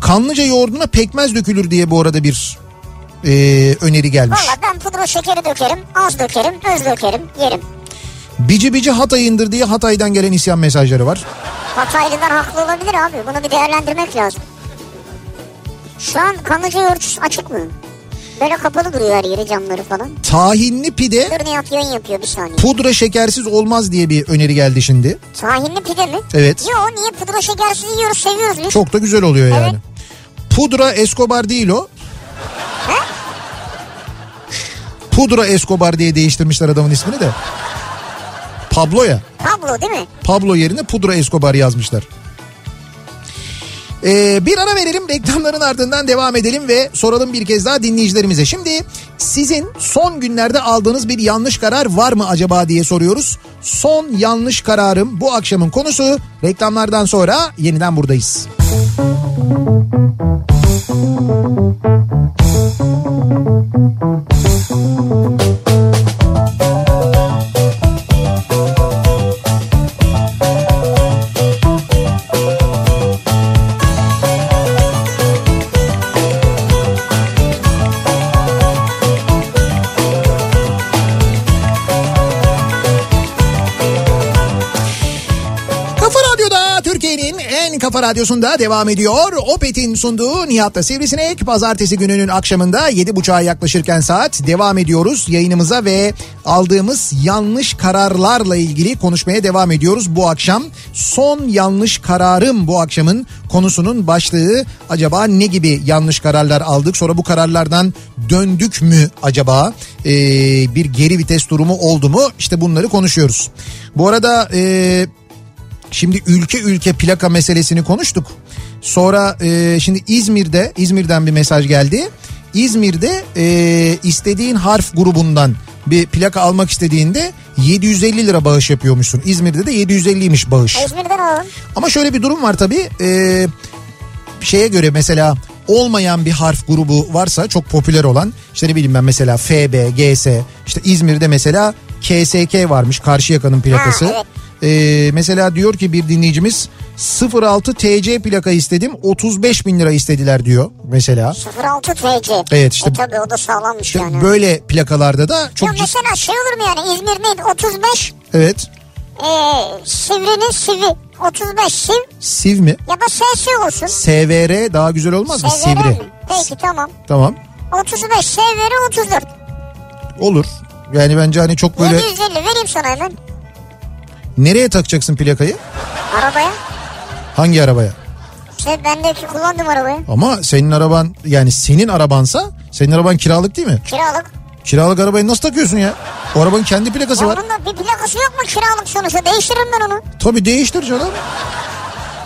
B: Kanlıca yoğurduna pekmez dökülür diye bu arada bir e, öneri gelmiş.
C: Valla ben pudra şekeri dökerim, az dökerim, öz dökerim, yerim.
B: Bici bici Hatay'ındır diye Hatay'dan gelen isyan mesajları var.
C: Hataylılar haklı olabilir abi. Bunu bir değerlendirmek lazım. Şu an kanıcı yoğurt açık mı? Böyle kapalı duruyor her yeri camları falan.
B: Tahinli pide
C: Dur ne yapıyor yayın yapıyor bir saniye.
B: pudra şekersiz olmaz diye bir öneri geldi şimdi.
C: Tahinli pide mi?
B: Evet.
C: Yo niye pudra şekersiz yiyoruz seviyoruz biz.
B: Çok da güzel oluyor yani. Pudra Escobar değil o. Pudra Escobar diye değiştirmişler adamın ismini de. Pablo ya.
C: Pablo değil mi?
B: Pablo yerine Pudra Escobar yazmışlar. Ee, bir ara verelim reklamların ardından devam edelim ve soralım bir kez daha dinleyicilerimize. Şimdi sizin son günlerde aldığınız bir yanlış karar var mı acaba diye soruyoruz. Son yanlış kararım bu akşamın konusu. Reklamlardan sonra yeniden buradayız. Kafa Radyo'da Türkiye'nin en kafa radyosunda devam ediyor. Opet'in sunduğu Nihat'la Sivrisinek pazartesi gününün akşamında 7.30'a yaklaşırken saat devam ediyoruz yayınımıza ve aldığımız yanlış kararlarla ilgili konuşmaya devam ediyoruz bu akşam. Son yanlış kararım bu akşamın konusunun başlığı acaba ne gibi yanlış kararlar aldık sonra bu kararlardan döndük mü acaba Ee, bir geri vites durumu oldu mu işte bunları konuşuyoruz. Bu arada e, eee Şimdi ülke ülke plaka meselesini konuştuk. Sonra e, şimdi İzmir'de İzmir'den bir mesaj geldi. İzmir'de e, istediğin harf grubundan bir plaka almak istediğinde 750 lira bağış yapıyormuşsun. İzmir'de de 750'ymiş bağış.
C: İzmir'den alalım.
B: Ama şöyle bir durum var tabii. Ee, şeye göre mesela olmayan bir harf grubu varsa çok popüler olan işte ne bileyim ben mesela FB, GS işte İzmir'de mesela KSK varmış Karşıyaka'nın plakası.
C: Ha, evet.
B: Ee, mesela diyor ki bir dinleyicimiz 06 TC plaka istedim 35 bin lira istediler diyor mesela.
C: 06 TC.
B: Evet, işte-
C: E, tabii o da sağlammış
B: İşte
C: yani.
B: böyle plakalarda da çok
C: Ya
B: cid-
C: mesela şey olur mu yani İzmir neydi 35
B: evet
C: Ee, sivrinin sivri 35 siv
B: siv mi?
C: ya da SS olsun.
B: SVR daha güzel olmaz mı?
C: SVR
B: Sivri.
C: mi? Peki tamam.
B: Tamam
C: 35 SVR 34.
B: olur. Yani bence hani çok böyle
C: 750 vereyim sana hemen
B: nereye takacaksın plakayı?
C: arabaya.
B: Hangi arabaya?
C: Şey ben de kullandım arabayı.
B: Ama senin araban yani senin arabansa senin araban kiralık değil mi?
C: Kiralık.
B: Kiralık arabayı nasıl takıyorsun ya? O arabanın kendi plakası
C: Ya
B: var.
C: bunun da bir plakası yok mu kiralık sonuçta? Değiştiririm ben onu.
B: Tabii değiştir canım.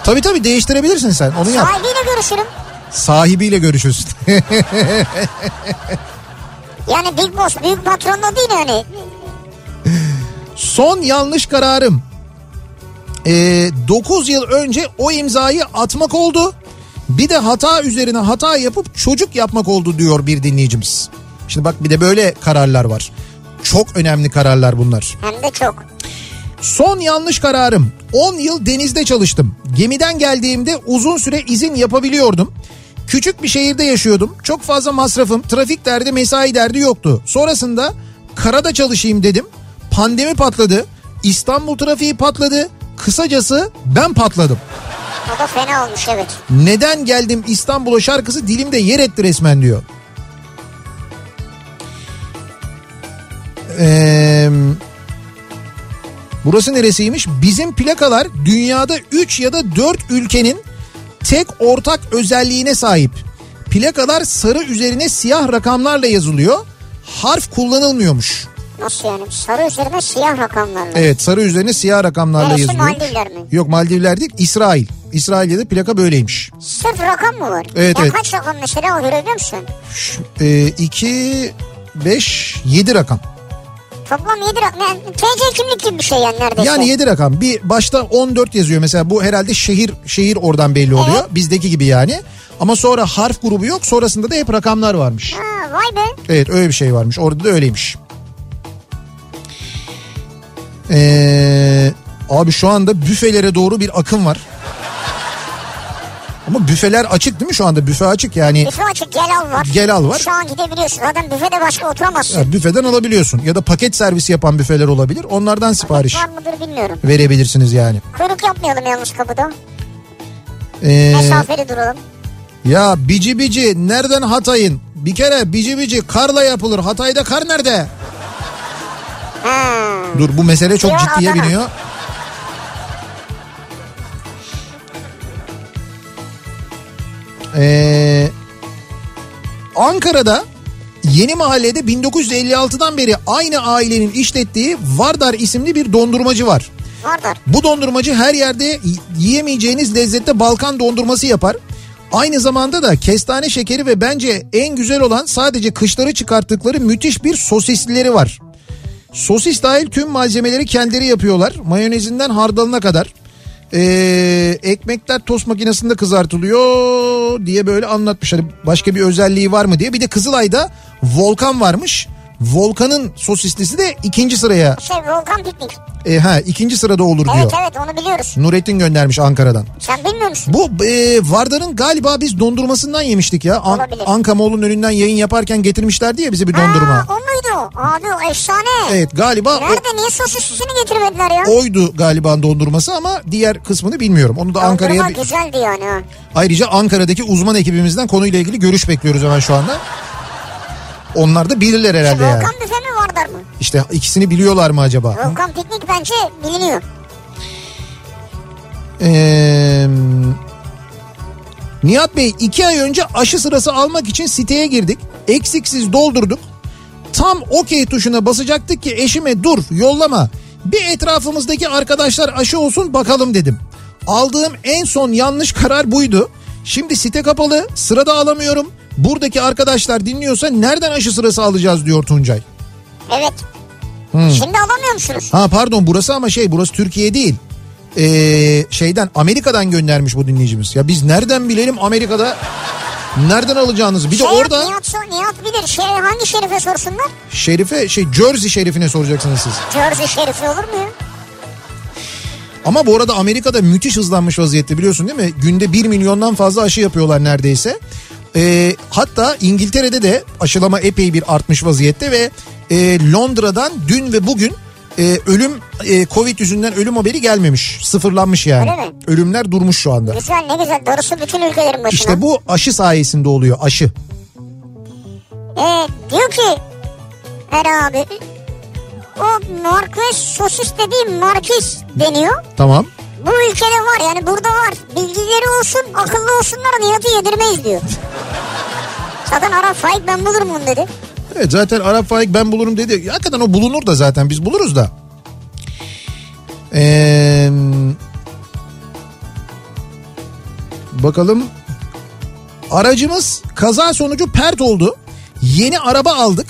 B: Tabii tabii değiştirebilirsin sen onu yap.
C: Sahibiyle görüşürüm.
B: Sahibiyle görüşürsün.
C: Yani Big Boss büyük patronla değil yani.
B: Son yanlış kararım. 9 yıl önce o imzayı atmak oldu. Bir de hata üzerine hata yapıp çocuk yapmak oldu diyor bir dinleyicimiz. Şimdi bak bir de böyle kararlar var. Çok önemli kararlar bunlar.
C: Hem de çok.
B: Son yanlış kararım. 10 yıl denizde çalıştım. Gemiden geldiğimde uzun süre izin yapabiliyordum. Küçük bir şehirde yaşıyordum. Çok fazla masrafım, trafik derdi, mesai derdi yoktu. Sonrasında karada çalışayım dedim. Pandemi patladı. İstanbul trafiği patladı. Kısacası ben patladım.
C: O da fena olmuş evet.
B: Neden geldim İstanbul'a şarkısı dilimde yer etti resmen diyor. Ee, burası neresiymiş? Bizim plakalar dünyada 3 ya da 4 ülkenin tek ortak özelliğine sahip. Plakalar sarı üzerine siyah rakamlarla yazılıyor. Harf kullanılmıyormuş.
C: Nasıl yani? Sarı üzerine siyah rakamlarla.
B: Evet sarı üzerine siyah rakamlarla
C: Neresi,
B: yazılıyor.
C: Maldivler mi?
B: Yok Maldivler değil İsrail. İsrail'de de plaka böyleymiş.
C: Sırf rakam mı var?
B: Evet,
C: ya
B: evet.
C: kaç rakam mesela o görebiliyor musun?
B: e, 2, 5, 7 rakam.
C: Toplam 7 rakam. Yani TC kimlik gibi bir şey yani neredeyse.
B: Yani 7 rakam. Bir başta 14 yazıyor mesela bu herhalde şehir şehir oradan belli oluyor.
C: Evet.
B: Bizdeki gibi yani. Ama sonra harf grubu yok. Sonrasında da hep rakamlar varmış.
C: Ha, vay be.
B: Evet öyle bir şey varmış. Orada da öyleymiş. Ee, abi şu anda büfelere doğru bir akım var. Ama büfeler açık değil mi şu anda? Büfe açık yani.
C: Büfe açık gel al var.
B: Gel al E- var.
C: Şu an gidebiliyorsun. Zaten büfede başka oturamazsın.
B: Ya büfeden alabiliyorsun. Ya da paket servisi yapan büfeler olabilir. Onlardan sipariş
C: Var mıdır bilmiyorum.
B: verebilirsiniz yani.
C: Kuyruk yapmayalım yalnız kapıda.
B: Ee,
C: Mesafeli duralım.
B: ya bici bici nereden Hatay'ın? Bir kere bici bici karla yapılır. Hatay'da kar nerede?
C: Ha.
B: Dur bu mesele çok
C: Hmm. Ya
B: ciddiye
C: Adana.
B: biniyor. Ee, Ankara'da Yeni Mahalle'de 1956'dan beri aynı ailenin işlettiği Vardar isimli bir dondurmacı var.
C: Vardır.
B: Bu dondurmacı her yerde y- yiyemeyeceğiniz lezzette Balkan dondurması yapar. Aynı zamanda da kestane şekeri ve bence en güzel olan sadece kışları çıkarttıkları müthiş bir sosisleri var. Sosis dahil tüm malzemeleri kendileri yapıyorlar. Mayonezinden hardalına kadar. Ee, ekmekler tost makinesinde kızartılıyor diye böyle anlatmışlar. Başka bir özelliği var mı diye. Bir de Kızılay'da volkan varmış. Volkanın sosislisi de ikinci sıraya
C: Şey Volkan Piknik.
B: e, ha ikinci sırada olur diyor.
C: Evet evet onu biliyoruz.
B: Nurettin göndermiş Ankara'dan.
C: Sen bilmiyor musun?
B: Bu e, Vardar'ın galiba biz dondurmasından yemiştik ya. An-
C: Olabilir.
B: Ankamoğlu'nun önünden yayın yaparken getirmişlerdi ya bize bir dondurma.
C: Aa, o muydu? Abi o efsane.
B: Evet galiba o-
C: Nerede niye sosisini getirmediler ya?
B: oydu galiba dondurması ama diğer kısmını bilmiyorum. Onu da Ankara'ya...
C: Dondurma güzeldi yani. ha.
B: Ayrıca Ankara'daki uzman ekibimizden konuyla ilgili görüş bekliyoruz hemen şu anda. Onlar da bilirler herhalde yani.
C: Volkan büfe mi Vardar mı?
B: İşte ikisini biliyorlar mı acaba?
C: Volkan Piknik bence biliniyor.
B: Ee, Nihat Bey iki ay önce aşı sırası almak için siteye girdik. Eksiksiz doldurduk. Tam okey tuşuna basacaktık ki eşime dur yollama. Bir etrafımızdaki arkadaşlar aşı olsun bakalım dedim. Aldığım en son yanlış karar buydu. Şimdi site kapalı sırada alamıyorum. Buradaki arkadaşlar dinliyorsa nereden aşı sırası alacağız diyor Tuncay.
C: Evet. Şimdi alamıyor musunuz?
B: Ha pardon burası ama şey burası Türkiye değil. Ee, şeyden Amerika'dan göndermiş bu dinleyicimiz. Ya biz nereden bilelim Amerika'da nereden alacağınızı. Bir de
C: Şey yap,
B: orada
C: Nihat, so- Nihat bilir. Şey, hangi şerife sorsunlar?
B: Şerife şey Jersey Şerifine soracaksınız siz.
C: Jersey şerifi olur mu ya?
B: Ama bu arada Amerika'da müthiş hızlanmış vaziyette biliyorsun değil mi? Günde 1 milyondan fazla aşı yapıyorlar neredeyse. Ee, hatta İngiltere'de de aşılama epey bir artmış vaziyette ve e, Londra'dan dün ve bugün e, ölüm e, Covid yüzünden ölüm haberi gelmemiş. Sıfırlanmış yani.
C: Öyle mi?
B: Ölümler durmuş şu anda.
C: Güzel ne güzel. Doğrusu bütün ülkelerin başına.
B: İşte bu aşı sayesinde oluyor aşı.
C: Ee, diyor ki Er abi o Marquez sosis dediğim Marquez deniyor.
B: Tamam.
C: Bu ülkede var yani burada var. Bilgileri olsun akıllı olsunlar Nihat'ı yedirmeyiz diyor. Zaten Arap Faik ben bulurum bunu dedi.
B: Evet zaten Arap Faik ben bulurum dedi. Hakikaten o bulunur da zaten biz buluruz da. Ee, bakalım. Aracımız kaza sonucu pert oldu. Yeni araba aldık.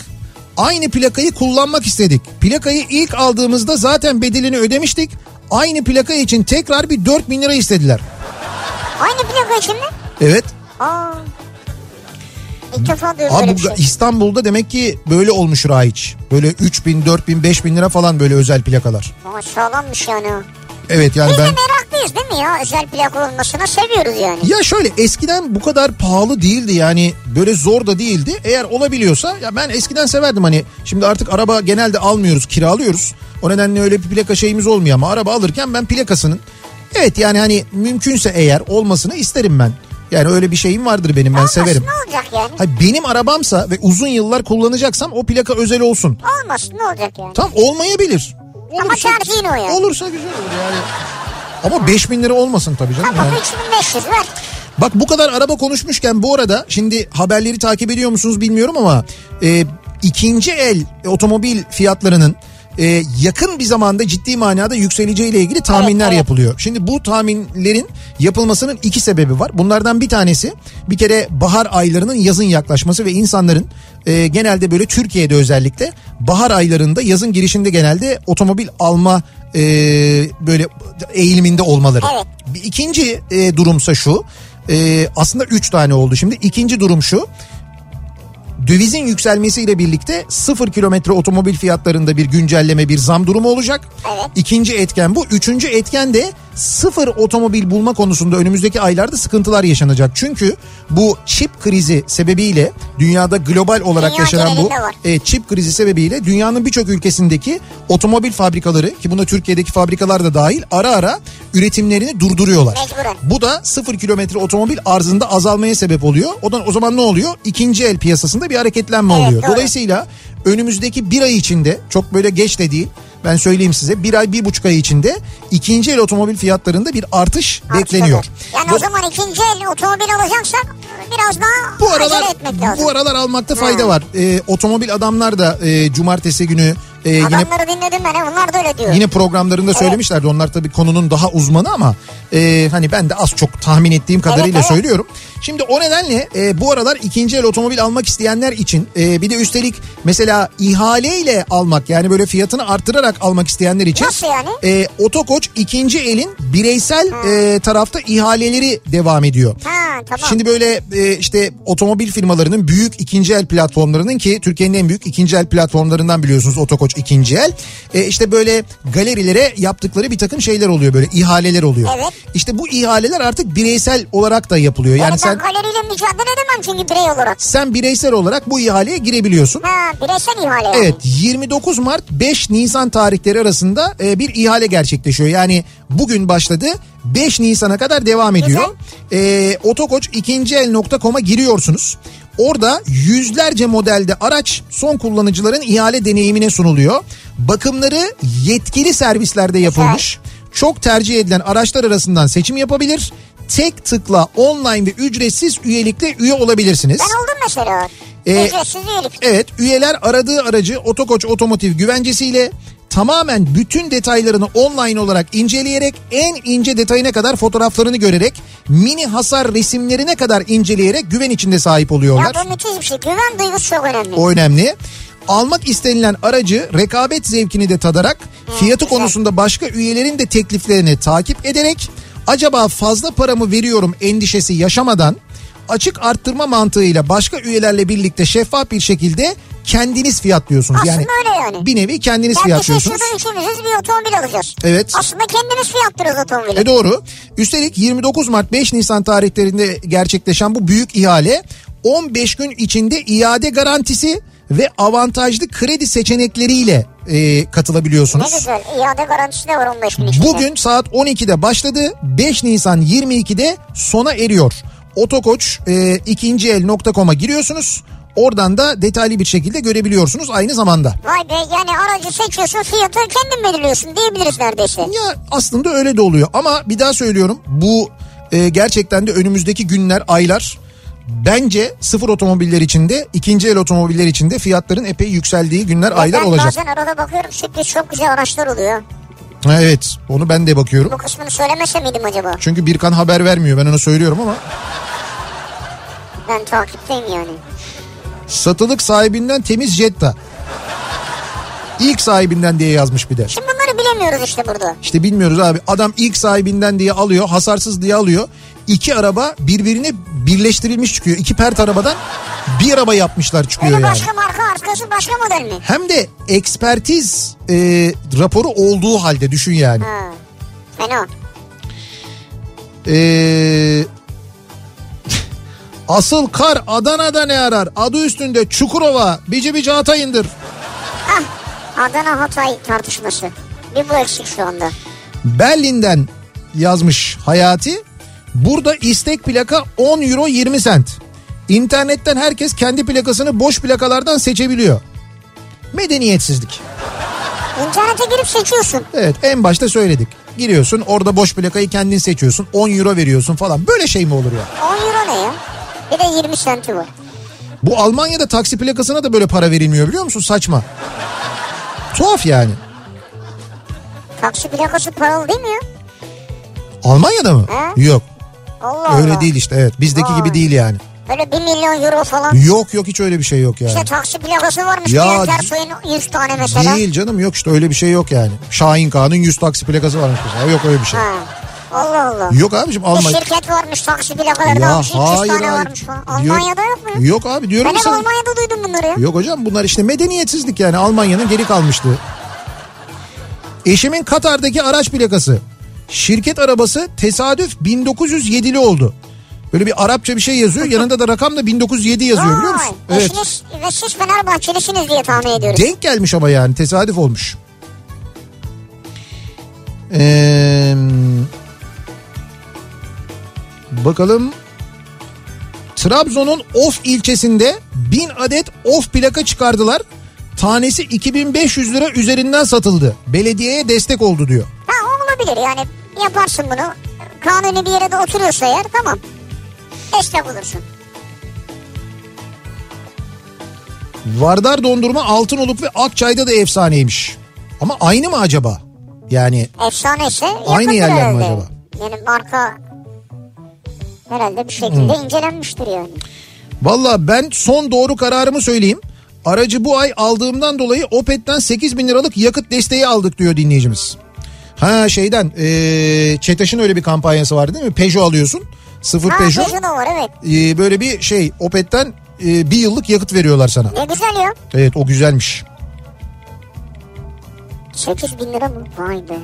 B: Aynı plakayı kullanmak istedik. Plakayı ilk aldığımızda zaten bedelini ödemiştik. Aynı plaka için tekrar bir 4000 bin lira istediler.
C: Aynı plaka için mi?
B: Evet.
C: Aa. İlk defa diyorum
B: Abi
C: böyle
B: bu
C: bir şey.
B: İstanbul'da demek ki böyle olmuş Raiç. Böyle 3000, 4000, 5000 lira falan böyle özel plakalar.
C: Aa, sağlammış yani. o.
B: Evet yani
C: Biz de
B: ben...
C: meraklıyız değil mi ya? Özel plaka olmasına seviyoruz yani.
B: Ya şöyle eskiden bu kadar pahalı değildi yani böyle zor da değildi. Eğer olabiliyorsa ya ben eskiden severdim hani şimdi artık araba genelde almıyoruz kiralıyoruz. O nedenle öyle bir plaka şeyimiz olmuyor ama araba alırken ben plakasının evet yani hani mümkünse eğer olmasını isterim ben. Yani öyle bir şeyim vardır benim ben
C: Olmasın,
B: severim.
C: Ne olacak yani?
B: Hayır, benim arabamsa ve uzun yıllar kullanacaksam o plaka özel olsun.
C: Olmasın ne olacak yani?
B: Tam olmayabilir.
C: Ama tercihin o yani.
B: Olursa güzel olur yani. Ama 5000 lira olmasın tabii canım.
C: Ama
B: yani.
C: 3500 ver.
B: Bak bu kadar araba konuşmuşken bu arada şimdi haberleri takip ediyor musunuz bilmiyorum ama e, ikinci el otomobil fiyatlarının e, yakın bir zamanda ciddi manada yükseleceğiyle ilgili tahminler
C: evet.
B: yapılıyor. Şimdi bu tahminlerin yapılmasının iki sebebi var. Bunlardan bir tanesi bir kere bahar aylarının yazın yaklaşması ve insanların e, genelde böyle Türkiye'de özellikle bahar aylarında yazın girişinde genelde otomobil alma e, böyle eğiliminde olmaları.
C: Evet.
B: Bir İkinci e, durumsa şu. E, aslında üç tane oldu şimdi. İkinci durum şu. Dövizin yükselmesiyle birlikte sıfır kilometre otomobil fiyatlarında bir güncelleme bir zam durumu olacak.
C: Evet.
B: İkinci etken bu. Üçüncü etken de sıfır otomobil bulma konusunda önümüzdeki aylarda sıkıntılar yaşanacak. Çünkü bu çip krizi sebebiyle dünyada global olarak
C: Dünya
B: yaşanan bu
C: genelinde var.
B: e, çip krizi sebebiyle dünyanın birçok ülkesindeki otomobil fabrikaları ki buna Türkiye'deki fabrikalar da dahil ara ara üretimlerini durduruyorlar.
C: Mecburen.
B: Bu da sıfır kilometre otomobil arzında azalmaya sebep oluyor. O da, o zaman ne oluyor? İkinci el piyasasında bir hareketlenme
C: Evet,
B: oluyor.
C: doğru.
B: Dolayısıyla önümüzdeki bir ay içinde çok böyle geç de değil ben söyleyeyim size bir ay bir buçuk ay içinde ikinci el otomobil fiyatlarında bir artış bekleniyor.
C: Artışa dur. Yani
B: Do-
C: o zaman ikinci el otomobil alacaksak biraz daha
B: Bu aralar
C: acele etmek lazım. Hmm.
B: bu aralar almakta fayda var. Ee, otomobil adamlar da e, cumartesi günü e, yine
C: Adamları dinledim ben. he, Onlar da öyle diyor.
B: yine programlarında söylemişlerdi. Onlar tabii konunun daha uzmanı ama e, hani ben de az çok tahmin ettiğim kadarıyla
C: evet.
B: söylüyorum. Şimdi o nedenle e, bu aralar ikinci el otomobil almak isteyenler için e, bir de üstelik mesela ihaleyle almak yani böyle fiyatını arttırarak almak isteyenler için
C: Nasıl yani?
B: e, Otokoç ikinci elin bireysel e, tarafta ihaleleri devam ediyor.
C: Ha tamam.
B: Şimdi böyle e, işte otomobil firmalarının büyük ikinci el platformlarının ki Türkiye'nin en büyük ikinci el platformlarından biliyorsunuz Otokoç ikinci el. E, işte böyle galerilere yaptıkları bir takım şeyler oluyor böyle ihaleler oluyor.
C: Evet.
B: İşte bu ihaleler artık bireysel olarak da yapılıyor. Yani
C: yani
B: sen
C: ben galeriyle mücadele edemem çünkü birey olarak.
B: sen bireysel olarak bu ihaleye girebiliyorsun.
C: Ha bireysel ihale yani.
B: Evet 29 Mart 5 Nisan tarihleri arasında e, bir ihale gerçekleşiyor. Yani bugün başladı 5 Nisan'a kadar devam ediyor. E, Otokoç ikinci el.com'a giriyorsunuz. Orada yüzlerce modelde araç son kullanıcıların ihale deneyimine sunuluyor. Bakımları yetkili servislerde yapılmış. Çok tercih edilen araçlar arasından seçim yapabilir. Tek tıkla online ve ücretsiz üyelikle üye olabilirsiniz.
C: Ben oldum mesela.
B: Ee,
C: Ücretsiz üyelik.
B: Evet üyeler aradığı aracı Otokoç Otomotiv güvencesiyle tamamen bütün detaylarını online olarak inceleyerek en ince detayına kadar fotoğraflarını görerek mini hasar resimlerine kadar inceleyerek güven içinde sahip
C: Ya
B: oluyorlar.
C: bu müthiş bir şey. Güven duygusu çok önemli.
B: O önemli. Almak istenilen aracı rekabet zevkini de tadarak fiyatı
C: güzel.
B: konusunda başka üyelerin de tekliflerini takip ederek acaba fazla paramı veriyorum endişesi yaşamadan açık arttırma mantığıyla başka üyelerle birlikte şeffaf bir şekilde kendiniz fiyatlıyorsunuz.
C: Aslında
B: yani
C: öyle yani.
B: bir nevi kendiniz
C: Ben bir şey
B: fiyatlıyorsunuz.
C: şuradan ikimiziz bir otomobil alacağız.
B: Evet.
C: Aslında kendimiz fiyatlıyoruz otomobili.
B: E doğru. Üstelik 29 Mart 5 Nisan tarihlerinde gerçekleşen bu büyük ihale 15 gün içinde iade garantisi ve avantajlı kredi seçenekleriyle e,
C: ne
B: katılabiliyorsunuz.
C: güzel. İade garantisi de var 15 gün içinde.
B: Bugün saat 12'de başladı. 5 Nisan 22'de sona eriyor. Otokoç e, ikinciel.com'a giriyorsunuz. Oradan da detaylı bir şekilde görebiliyorsunuz aynı zamanda.
C: Vay be yani aracı seçiyorsun fiyatı kendin belirliyorsun diyebiliriz neredeyse.
B: Ya aslında öyle de oluyor ama bir daha söylüyorum bu e, gerçekten de önümüzdeki günler aylar bence sıfır otomobiller içinde ikinci el otomobiller içinde fiyatların epey yükseldiği günler aylar
C: ben
B: olacak.
C: bazen arada bakıyorum sürpriz çok güzel araçlar oluyor.
B: Ha, Evet onu ben de bakıyorum.
C: Bu kısmını söylemese miydim acaba?
B: Çünkü Birkan haber vermiyor ben onu söylüyorum ama
C: Ben takipteyim yani.
B: satılık sahibinden temiz Jetta. İlk sahibinden diye yazmış bir de.
C: Şimdi bunları bilemiyoruz işte burada.
B: İşte bilmiyoruz abi adam ilk sahibinden diye alıyor hasarsız diye alıyor. İki araba birbirine birleştirilmiş çıkıyor. İki pert arabadan bir araba yapmışlar çıkıyor
C: Bunu
B: yani.
C: başka marka arkası başka model mi?
B: Hem de ekspertiz e, raporu olduğu halde düşün yani.
C: Ha. Fena.
B: E, asıl kar Adana'da ne arar? Adı üstünde Çukurova, Bici Bici Hatay'ındır.
C: Ah Adana Hatay tartışması. Bir bu eksik şu anda.
B: Berlin'den yazmış Hayati. Burada istek plaka 10 euro 20 sent. İnternetten herkes kendi plakasını boş plakalardan seçebiliyor. Medeniyetsizlik.
C: İnternete girip seçiyorsun.
B: Evet en başta söyledik. Giriyorsun orada boş plakayı kendin seçiyorsun. 10 euro veriyorsun falan. Böyle şey mi olur ya?
C: 10 euro ne ya? Bir de 20 senti var.
B: Bu Almanya'da taksi plakasına da böyle para verilmiyor biliyor musun? Saçma. Tuhaf yani.
C: Taksi plakası paralı değil mi ya?
B: Almanya'da mı?
C: Ha?
B: Yok.
C: Allah
B: Öyle
C: Allah.
B: değil işte evet. Bizdeki
C: Vay.
B: gibi değil yani.
C: Böyle 1 milyon euro falan.
B: Yok yok hiç öyle bir şey yok yani.
C: İşte taksi plakası varmış.
B: Ya,
C: Bülent Ersoy'un 100 tane mesela.
B: Değil canım yok işte öyle bir şey yok yani. Şahin Kağan'ın 100 taksi plakası varmış mesela. Yok öyle bir şey.
C: Ha. Allah Allah.
B: Yok abicim
C: Bir
B: Almanya.
C: şirket varmış taksi plakaları da
B: Ya
C: almış. 300
B: hayır
C: tane
B: hayır.
C: varmış falan.
B: Diyor-
C: Almanya'da yok mu ya?
B: Yok abi diyorum
C: Ben hep
B: sana.
C: Almanya'da duydum bunları ya.
B: Yok hocam bunlar işte medeniyetsizlik yani Almanya'nın geri kalmışlığı. Eşimin Katar'daki araç plakası. Şirket arabası tesadüf 1907'li oldu. Böyle bir Arapça bir şey yazıyor. Yanında da rakam da 1907 yazıyor biliyor musun?
C: Vay,
B: Evet.
C: Eşiniz ve siz Fenerbahçelisiniz diye tahmin ediyoruz.
B: Denk gelmiş ama yani tesadüf olmuş. Ee, bakalım. Trabzon'un Of ilçesinde 1000 adet Of plaka çıkardılar. Tanesi 2500 lira üzerinden satıldı. Belediyeye destek oldu diyor.
C: Ha o olabilir yani yaparsın bunu. Kanuni bir yere de oturuyorsa eğer tamam. Destek olursun.
B: Vardar dondurma Altınoluk ve Akçay'da da efsaneymiş. Ama aynı mı acaba? Yani
C: Efsane ise
B: Aynı yerler mi
C: yakındır herhalde.
B: acaba?
C: Yani marka herhalde bir şekilde
B: Hmm.
C: incelenmiştir yani.
B: Valla ben son doğru kararımı söyleyeyim. Aracı bu ay aldığımdan dolayı Opet'ten 8 bin liralık yakıt desteği aldık diyor dinleyicimiz. Ha şeyden ee, Çetaş'ın öyle bir kampanyası vardı değil mi? Peugeot alıyorsun. Sıfır
C: Ha
B: Peugeot.
C: Peugeot da var evet.
B: Ee, böyle bir şey Opet'ten ee, bir yıllık yakıt veriyorlar sana.
C: Ne güzel ya.
B: Evet o güzelmiş.
C: 8 bin lira mı? Vay be.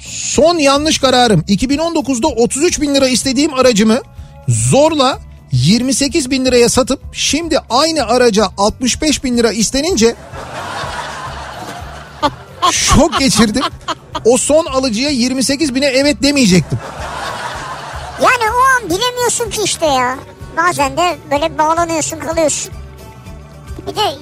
B: Son yanlış kararım 2019'da 33 bin lira istediğim aracımı zorla 28 bin liraya satıp şimdi aynı araca 65 bin lira istenince şok geçirdim. O son alıcıya 28 bine evet demeyecektim.
C: Yani o an bilemiyorsun ki işte ya. Bazen de böyle bağlanıyorsun kalıyorsun. Bir de e,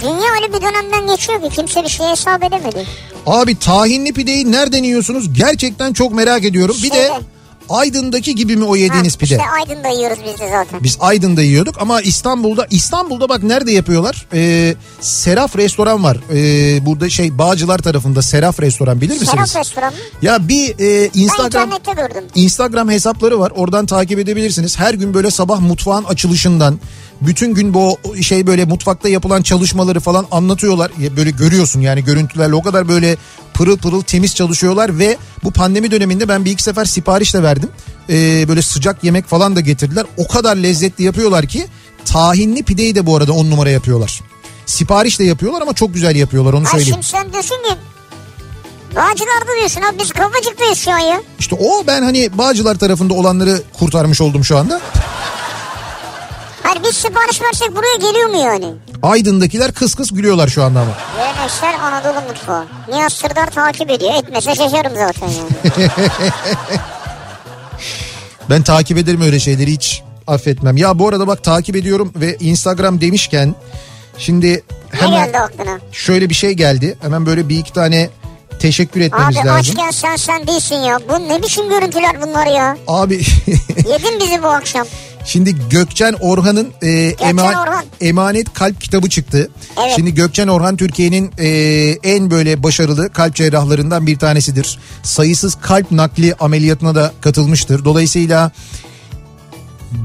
C: dünya öyle bir dönemden geçiyor ki kimse bir şeye hesap edemedi.
B: Abi tahinli pideyi nereden yiyorsunuz gerçekten çok merak ediyorum. Bir de
C: Şeyden.
B: Aydın'daki gibi mi o yediğiniz
C: Ha,
B: pide?
C: İşte Aydın'da yiyoruz biz de zaten.
B: Biz Aydın'da yiyorduk ama İstanbul'da İstanbul'da bak nerede yapıyorlar? Ee, Seraf restoran var. Ee, burada şey Bağcılar tarafında Seraf restoran bilir misiniz?
C: Serap restoranı.
B: Ya bir e,
C: Ben
B: Instagram
C: internette gördüm.
B: Instagram hesapları var. Oradan takip edebilirsiniz. Her gün böyle sabah mutfağın açılışından bütün gün bu şey böyle mutfakta yapılan çalışmaları falan anlatıyorlar. Ya Böyle görüyorsun yani görüntülerle o kadar böyle pırıl pırıl temiz çalışıyorlar ve bu pandemi döneminde ben bir iki sefer sipariş de verdim. Ee, böyle sıcak yemek falan da getirdiler. O kadar lezzetli yapıyorlar ki tahinli pideyi de bu arada on numara yapıyorlar. Sipariş de yapıyorlar ama çok güzel yapıyorlar onu
C: Ay
B: söyleyeyim.
C: şimdi sen diyorsun ki Bağcılar'da diyorsun abi biz Kavacık'tayız şu an ya.
B: İşte o ben hani Bağcılar tarafında olanları kurtarmış oldum şu anda.
C: Hayır Hani biz sipariş versek buraya geliyor mu yani?
B: Aydın'dakiler kıs kıs gülüyorlar şu anda ama.
C: Yemekler Anadolu mutfağı. Nihat Sırdar takip ediyor. Etmese şaşarım zaten yani.
B: Ben takip ederim öyle şeyleri hiç affetmem. Ya bu arada bak takip ediyorum ve Instagram demişken şimdi
C: ne
B: hemen
C: geldi aklına?
B: şöyle bir şey geldi. Hemen böyle bir iki tane teşekkür etmemiz
C: Abi
B: lazım.
C: açken sen sen değilsin ya. Bu ne biçim görüntüler bunlar ya?
B: Abi
C: Yedin bizi bu akşam.
B: Şimdi Gökçen Orhan'ın e, ema-
C: Orhan.
B: Emanet Kalp kitabı çıktı.
C: Evet.
B: Şimdi Gökçen Orhan Türkiye'nin e, en böyle başarılı kalp cerrahlarından bir tanesidir. Sayısız kalp nakli ameliyatına da katılmıştır. Dolayısıyla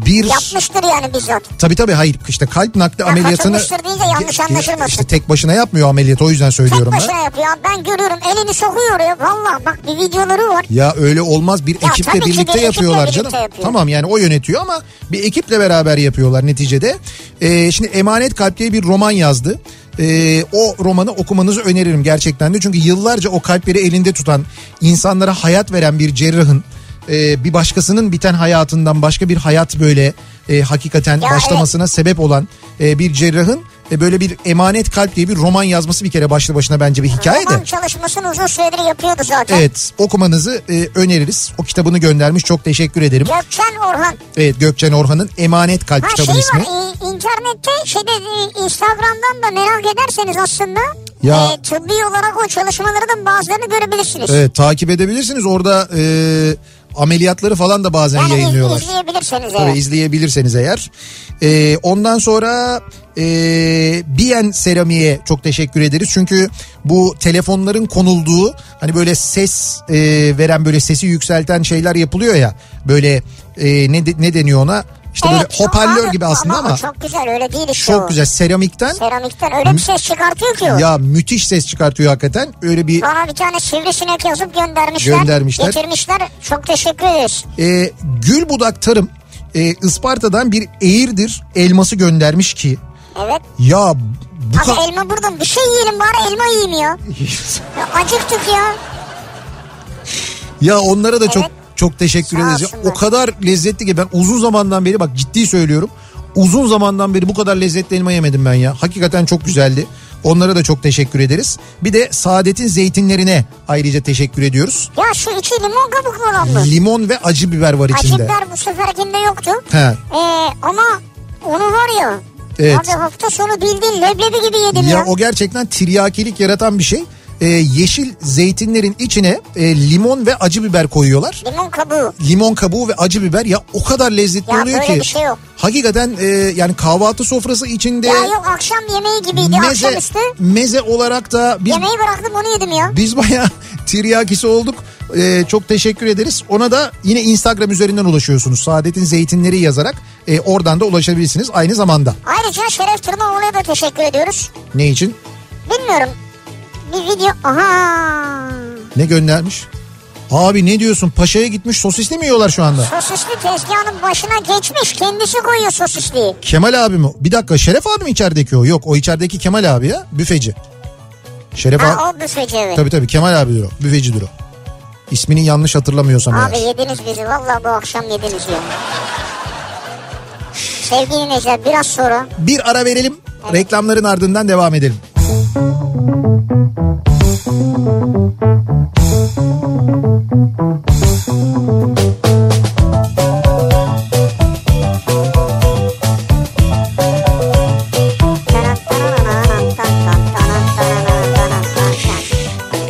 B: bir
C: Yapmıştır yani bizzat.
B: Tabii tabii hayır işte kalp nakli ameliyatını
C: katılmıştır deyince yanlış anlaşılmasın.
B: İşte tek başına yapmıyor ameliyatı o yüzden
C: Tek
B: söylüyorum ben.
C: başına yapıyor. Ben görüyorum elini sokuyor oraya. Valla bak bir videoları var.
B: Ya öyle olmaz bir
C: Ya
B: ekiple
C: tabii ki de
B: birlikte
C: ekiple
B: yapıyorlar
C: birlikte
B: canım.
C: yapıyor.
B: Tamam yani o yönetiyor ama bir ekiple beraber yapıyorlar neticede. Ee, şimdi Emanet Kalp diye bir roman yazdı. Ee, o romanı okumanızı öneririm gerçekten de. Çünkü yıllarca o kalpleri elinde tutan, insanlara hayat veren bir cerrahın e, bir başkasının biten hayatından başka bir hayat böyle e, hakikaten
C: Ya
B: başlamasına sebep olan e, bir cerrahın e, böyle bir Emanet Kalp diye bir roman yazması bir kere başlı başına bence bir hikaye de.
C: Tamam çalışmasını uzun süredir yapıyordu zaten.
B: Evet okumanızı e, öneririz. O kitabını göndermiş çok teşekkür ederim.
C: Gökçen Orhan.
B: Evet Gökçen Orhan'ın Emanet Kalp
C: Ha
B: kitabı
C: şey
B: ismi.
C: var e, internette şeyde e, Instagram'dan da merak ederseniz aslında
B: Ya-
C: e, tıbbi olarak o çalışmalardan bazılarını görebilirsiniz.
B: Evet takip edebilirsiniz orada e, ameliyatları falan da bazen
C: yani iz-
B: yayınlıyorlar.
C: izleyebilirsiniz
B: Tabii
C: evet.
B: izleyebilirseniz eğer. E, ondan sonra e, Bien Serami'ye çok teşekkür ederiz. Çünkü bu telefonların konulduğu hani böyle ses e, veren böyle sesi yükselten şeyler yapılıyor ya. Böyle e, ne, de- ne deniyor ona? İşte
C: Evet,
B: böyle hoparlör
C: ama-
B: gibi aslında ama,
C: o Çok güzel öyle değil işte
B: çok
C: o.
B: güzel seramikten
C: Seramikten öyle bir ses çıkartıyor ki o.
B: Ya müthiş ses çıkartıyor hakikaten. Öyle bir
C: Bana bir tane sivrisinek yazıp göndermişler.
B: Göndermişler.
C: Getirmişler. Çok teşekkür ederiz.
B: e, gül budak tarım e, Isparta'dan bir eğirdir elması göndermiş ki
C: Evet.
B: ya bu
C: Abi
B: ka-
C: elma buradan bir şey yiyelim bari elma yiyeyim ya. ya acıktık ya.
B: ya onlara da çok
C: Evet.
B: çok teşekkür
C: Sağ
B: ederiz. ya.
C: olsunlar.
B: O kadar lezzetli ki ben uzun zamandan beri bak ciddi söylüyorum. Uzun zamandan beri bu kadar lezzetli elma yemedim ben ya. Hakikaten çok güzeldi. Onlara da çok teşekkür ederiz. Bir de Saadet'in zeytinlerine ayrıca teşekkür ediyoruz.
C: Ya şu içi limon kabuklu olan mı?
B: Limon ve acı biber var içinde.
C: Acıklar bu seferkinde yoktu.
B: He.
C: Ee, ama onu var ya.
B: Evet.
C: Abi hafta sonu bildiğin leblebi gibi yedim ya.
B: Ya o gerçekten tiryakilik yaratan bir şey. e, yeşil zeytinlerin içine e, limon ve acı biber koyuyorlar.
C: Limon kabuğu.
B: Limon kabuğu ve acı biber ya o kadar lezzetli
C: Ya
B: oluyor
C: böyle
B: ki.
C: bir şey yok.
B: Hakikaten e, yani kahvaltı sofrası içinde
C: Ya yok akşam yemeği gibiydi.
B: meze,
C: Akşamüstü
B: meze olarak da biz
C: yemeği bıraktım onu yedim ya.
B: biz bayağı tiryakisi olduk. Ee, çok teşekkür ederiz. Ona da yine Instagram üzerinden ulaşıyorsunuz. Saadet'in zeytinleri yazarak e, oradan da ulaşabilirsiniz aynı zamanda.
C: Ayrıca Şeref Tırmaoğlu'ya da teşekkür ediyoruz.
B: Ne için?
C: Bilmiyorum. Bir video... Aha!
B: Ne göndermiş? Abi ne diyorsun? Paşa'ya gitmiş sosisli mi yiyorlar şu anda?
C: Sosisli tezgahının başına geçmiş. Kendisi koyuyor sosisliği.
B: Kemal abi mi? Bir dakika Şeref abi mi içerideki o? Yok o içerideki Kemal abi ya. Büfeci. Şeref abi.
C: Ha o büfeci evet.
B: Tabii tabii Kemal abidir o. Büfecidir o. İsmini yanlış hatırlamıyorsam
C: Abi
B: eğer.
C: yediniz bizi. Valla bu akşam yediniz ya. Sevgili dinleyiciler biraz sonra
B: Bir ara verelim. Reklamların ardından devam edelim.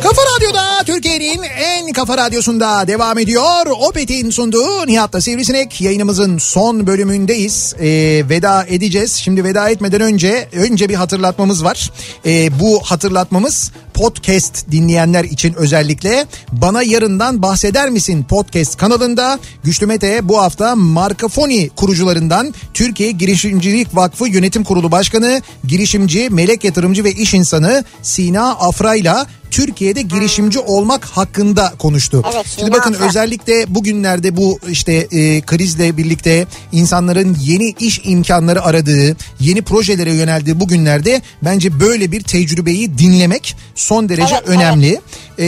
B: Kafa Radyo'da Türkiye'nin en kafa radyosunda devam ediyor. Opet'in sunduğu Nihat'la Sivrisinek yayınımızın son bölümündeyiz. Ee, veda edeceğiz. Şimdi veda etmeden önce önce bir hatırlatmamız var. Ee, bu hatırlatmamız podcast dinleyenler için özellikle Bana Yarından Bahseder Misin podcast kanalında Güçlü Mete bu hafta Markafoni kurucularından Türkiye Girişimcilik Vakfı Yönetim Kurulu Başkanı, girişimci, melek yatırımcı ve iş insanı Sina Afra'yla Türkiye'de girişimci olmak hakkında konuştu.
C: Evet,
B: Şimdi
C: Sina
B: bakın
C: Afra.
B: özellikle bugünlerde bu işte e, krizle birlikte insanların yeni iş imkanları aradığı, yeni projelere yöneldiği bugünlerde bence böyle bir tecrübeyi dinlemek son derece
C: Evet,
B: önemli. E,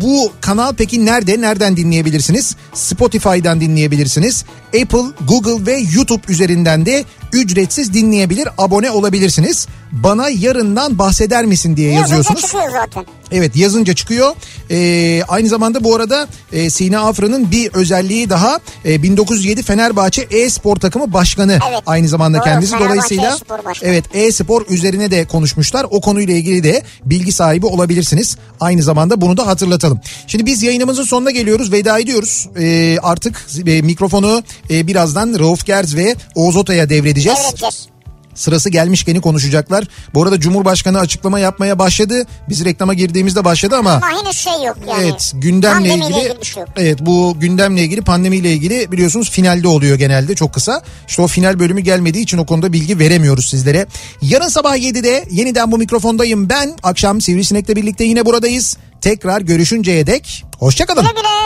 B: bu kanal peki nerede? Nereden dinleyebilirsiniz? Spotify'dan dinleyebilirsiniz. Apple, Google ve YouTube üzerinden de ücretsiz dinleyebilir, abone olabilirsiniz. Bana yarından bahseder misin diye
C: yazınca
B: yazıyorsunuz.
C: çıkıyor zaten.
B: Evet yazınca çıkıyor. Ee, aynı zamanda bu arada e, Sina Afra'nın bir özelliği daha E, 1907 Fenerbahçe e-spor takımı başkanı
C: Evet.
B: aynı zamanda
C: Doğru,
B: kendisi.
C: Fenerbahçe
B: Dolayısıyla
C: e-spor başkanı.
B: evet e-spor üzerine de konuşmuşlar. O konuyla ilgili de bilgi sahibi olabilirsiniz. Aynı zamanda bunu da hatırlatalım. Şimdi biz yayınımızın sonuna geliyoruz. Veda ediyoruz. Ee, artık e, mikrofonu e, birazdan Rauf Gerz ve Oğuz Ota'ya devredeceğiz
C: Devredeceğiz.
B: sırası gelmişkeni konuşacaklar. Bu arada Cumhurbaşkanı açıklama yapmaya başladı. Biz reklama girdiğimizde başladı ama
C: Ama henüz şey yok yani.
B: evet gündemle
C: Pandemiyle
B: ilgili
C: bir şey yok.
B: evet bu gündemle ilgili pandemiyle ilgili biliyorsunuz finalde oluyor genelde çok kısa. İşte o final bölümü gelmediği için o konuda bilgi veremiyoruz sizlere. Yarın sabah 7'de yeniden bu mikrofondayım ben. Akşam Sivrisinek'le birlikte yine buradayız. Tekrar görüşünceye dek hoşçakalın.
C: Güle güle.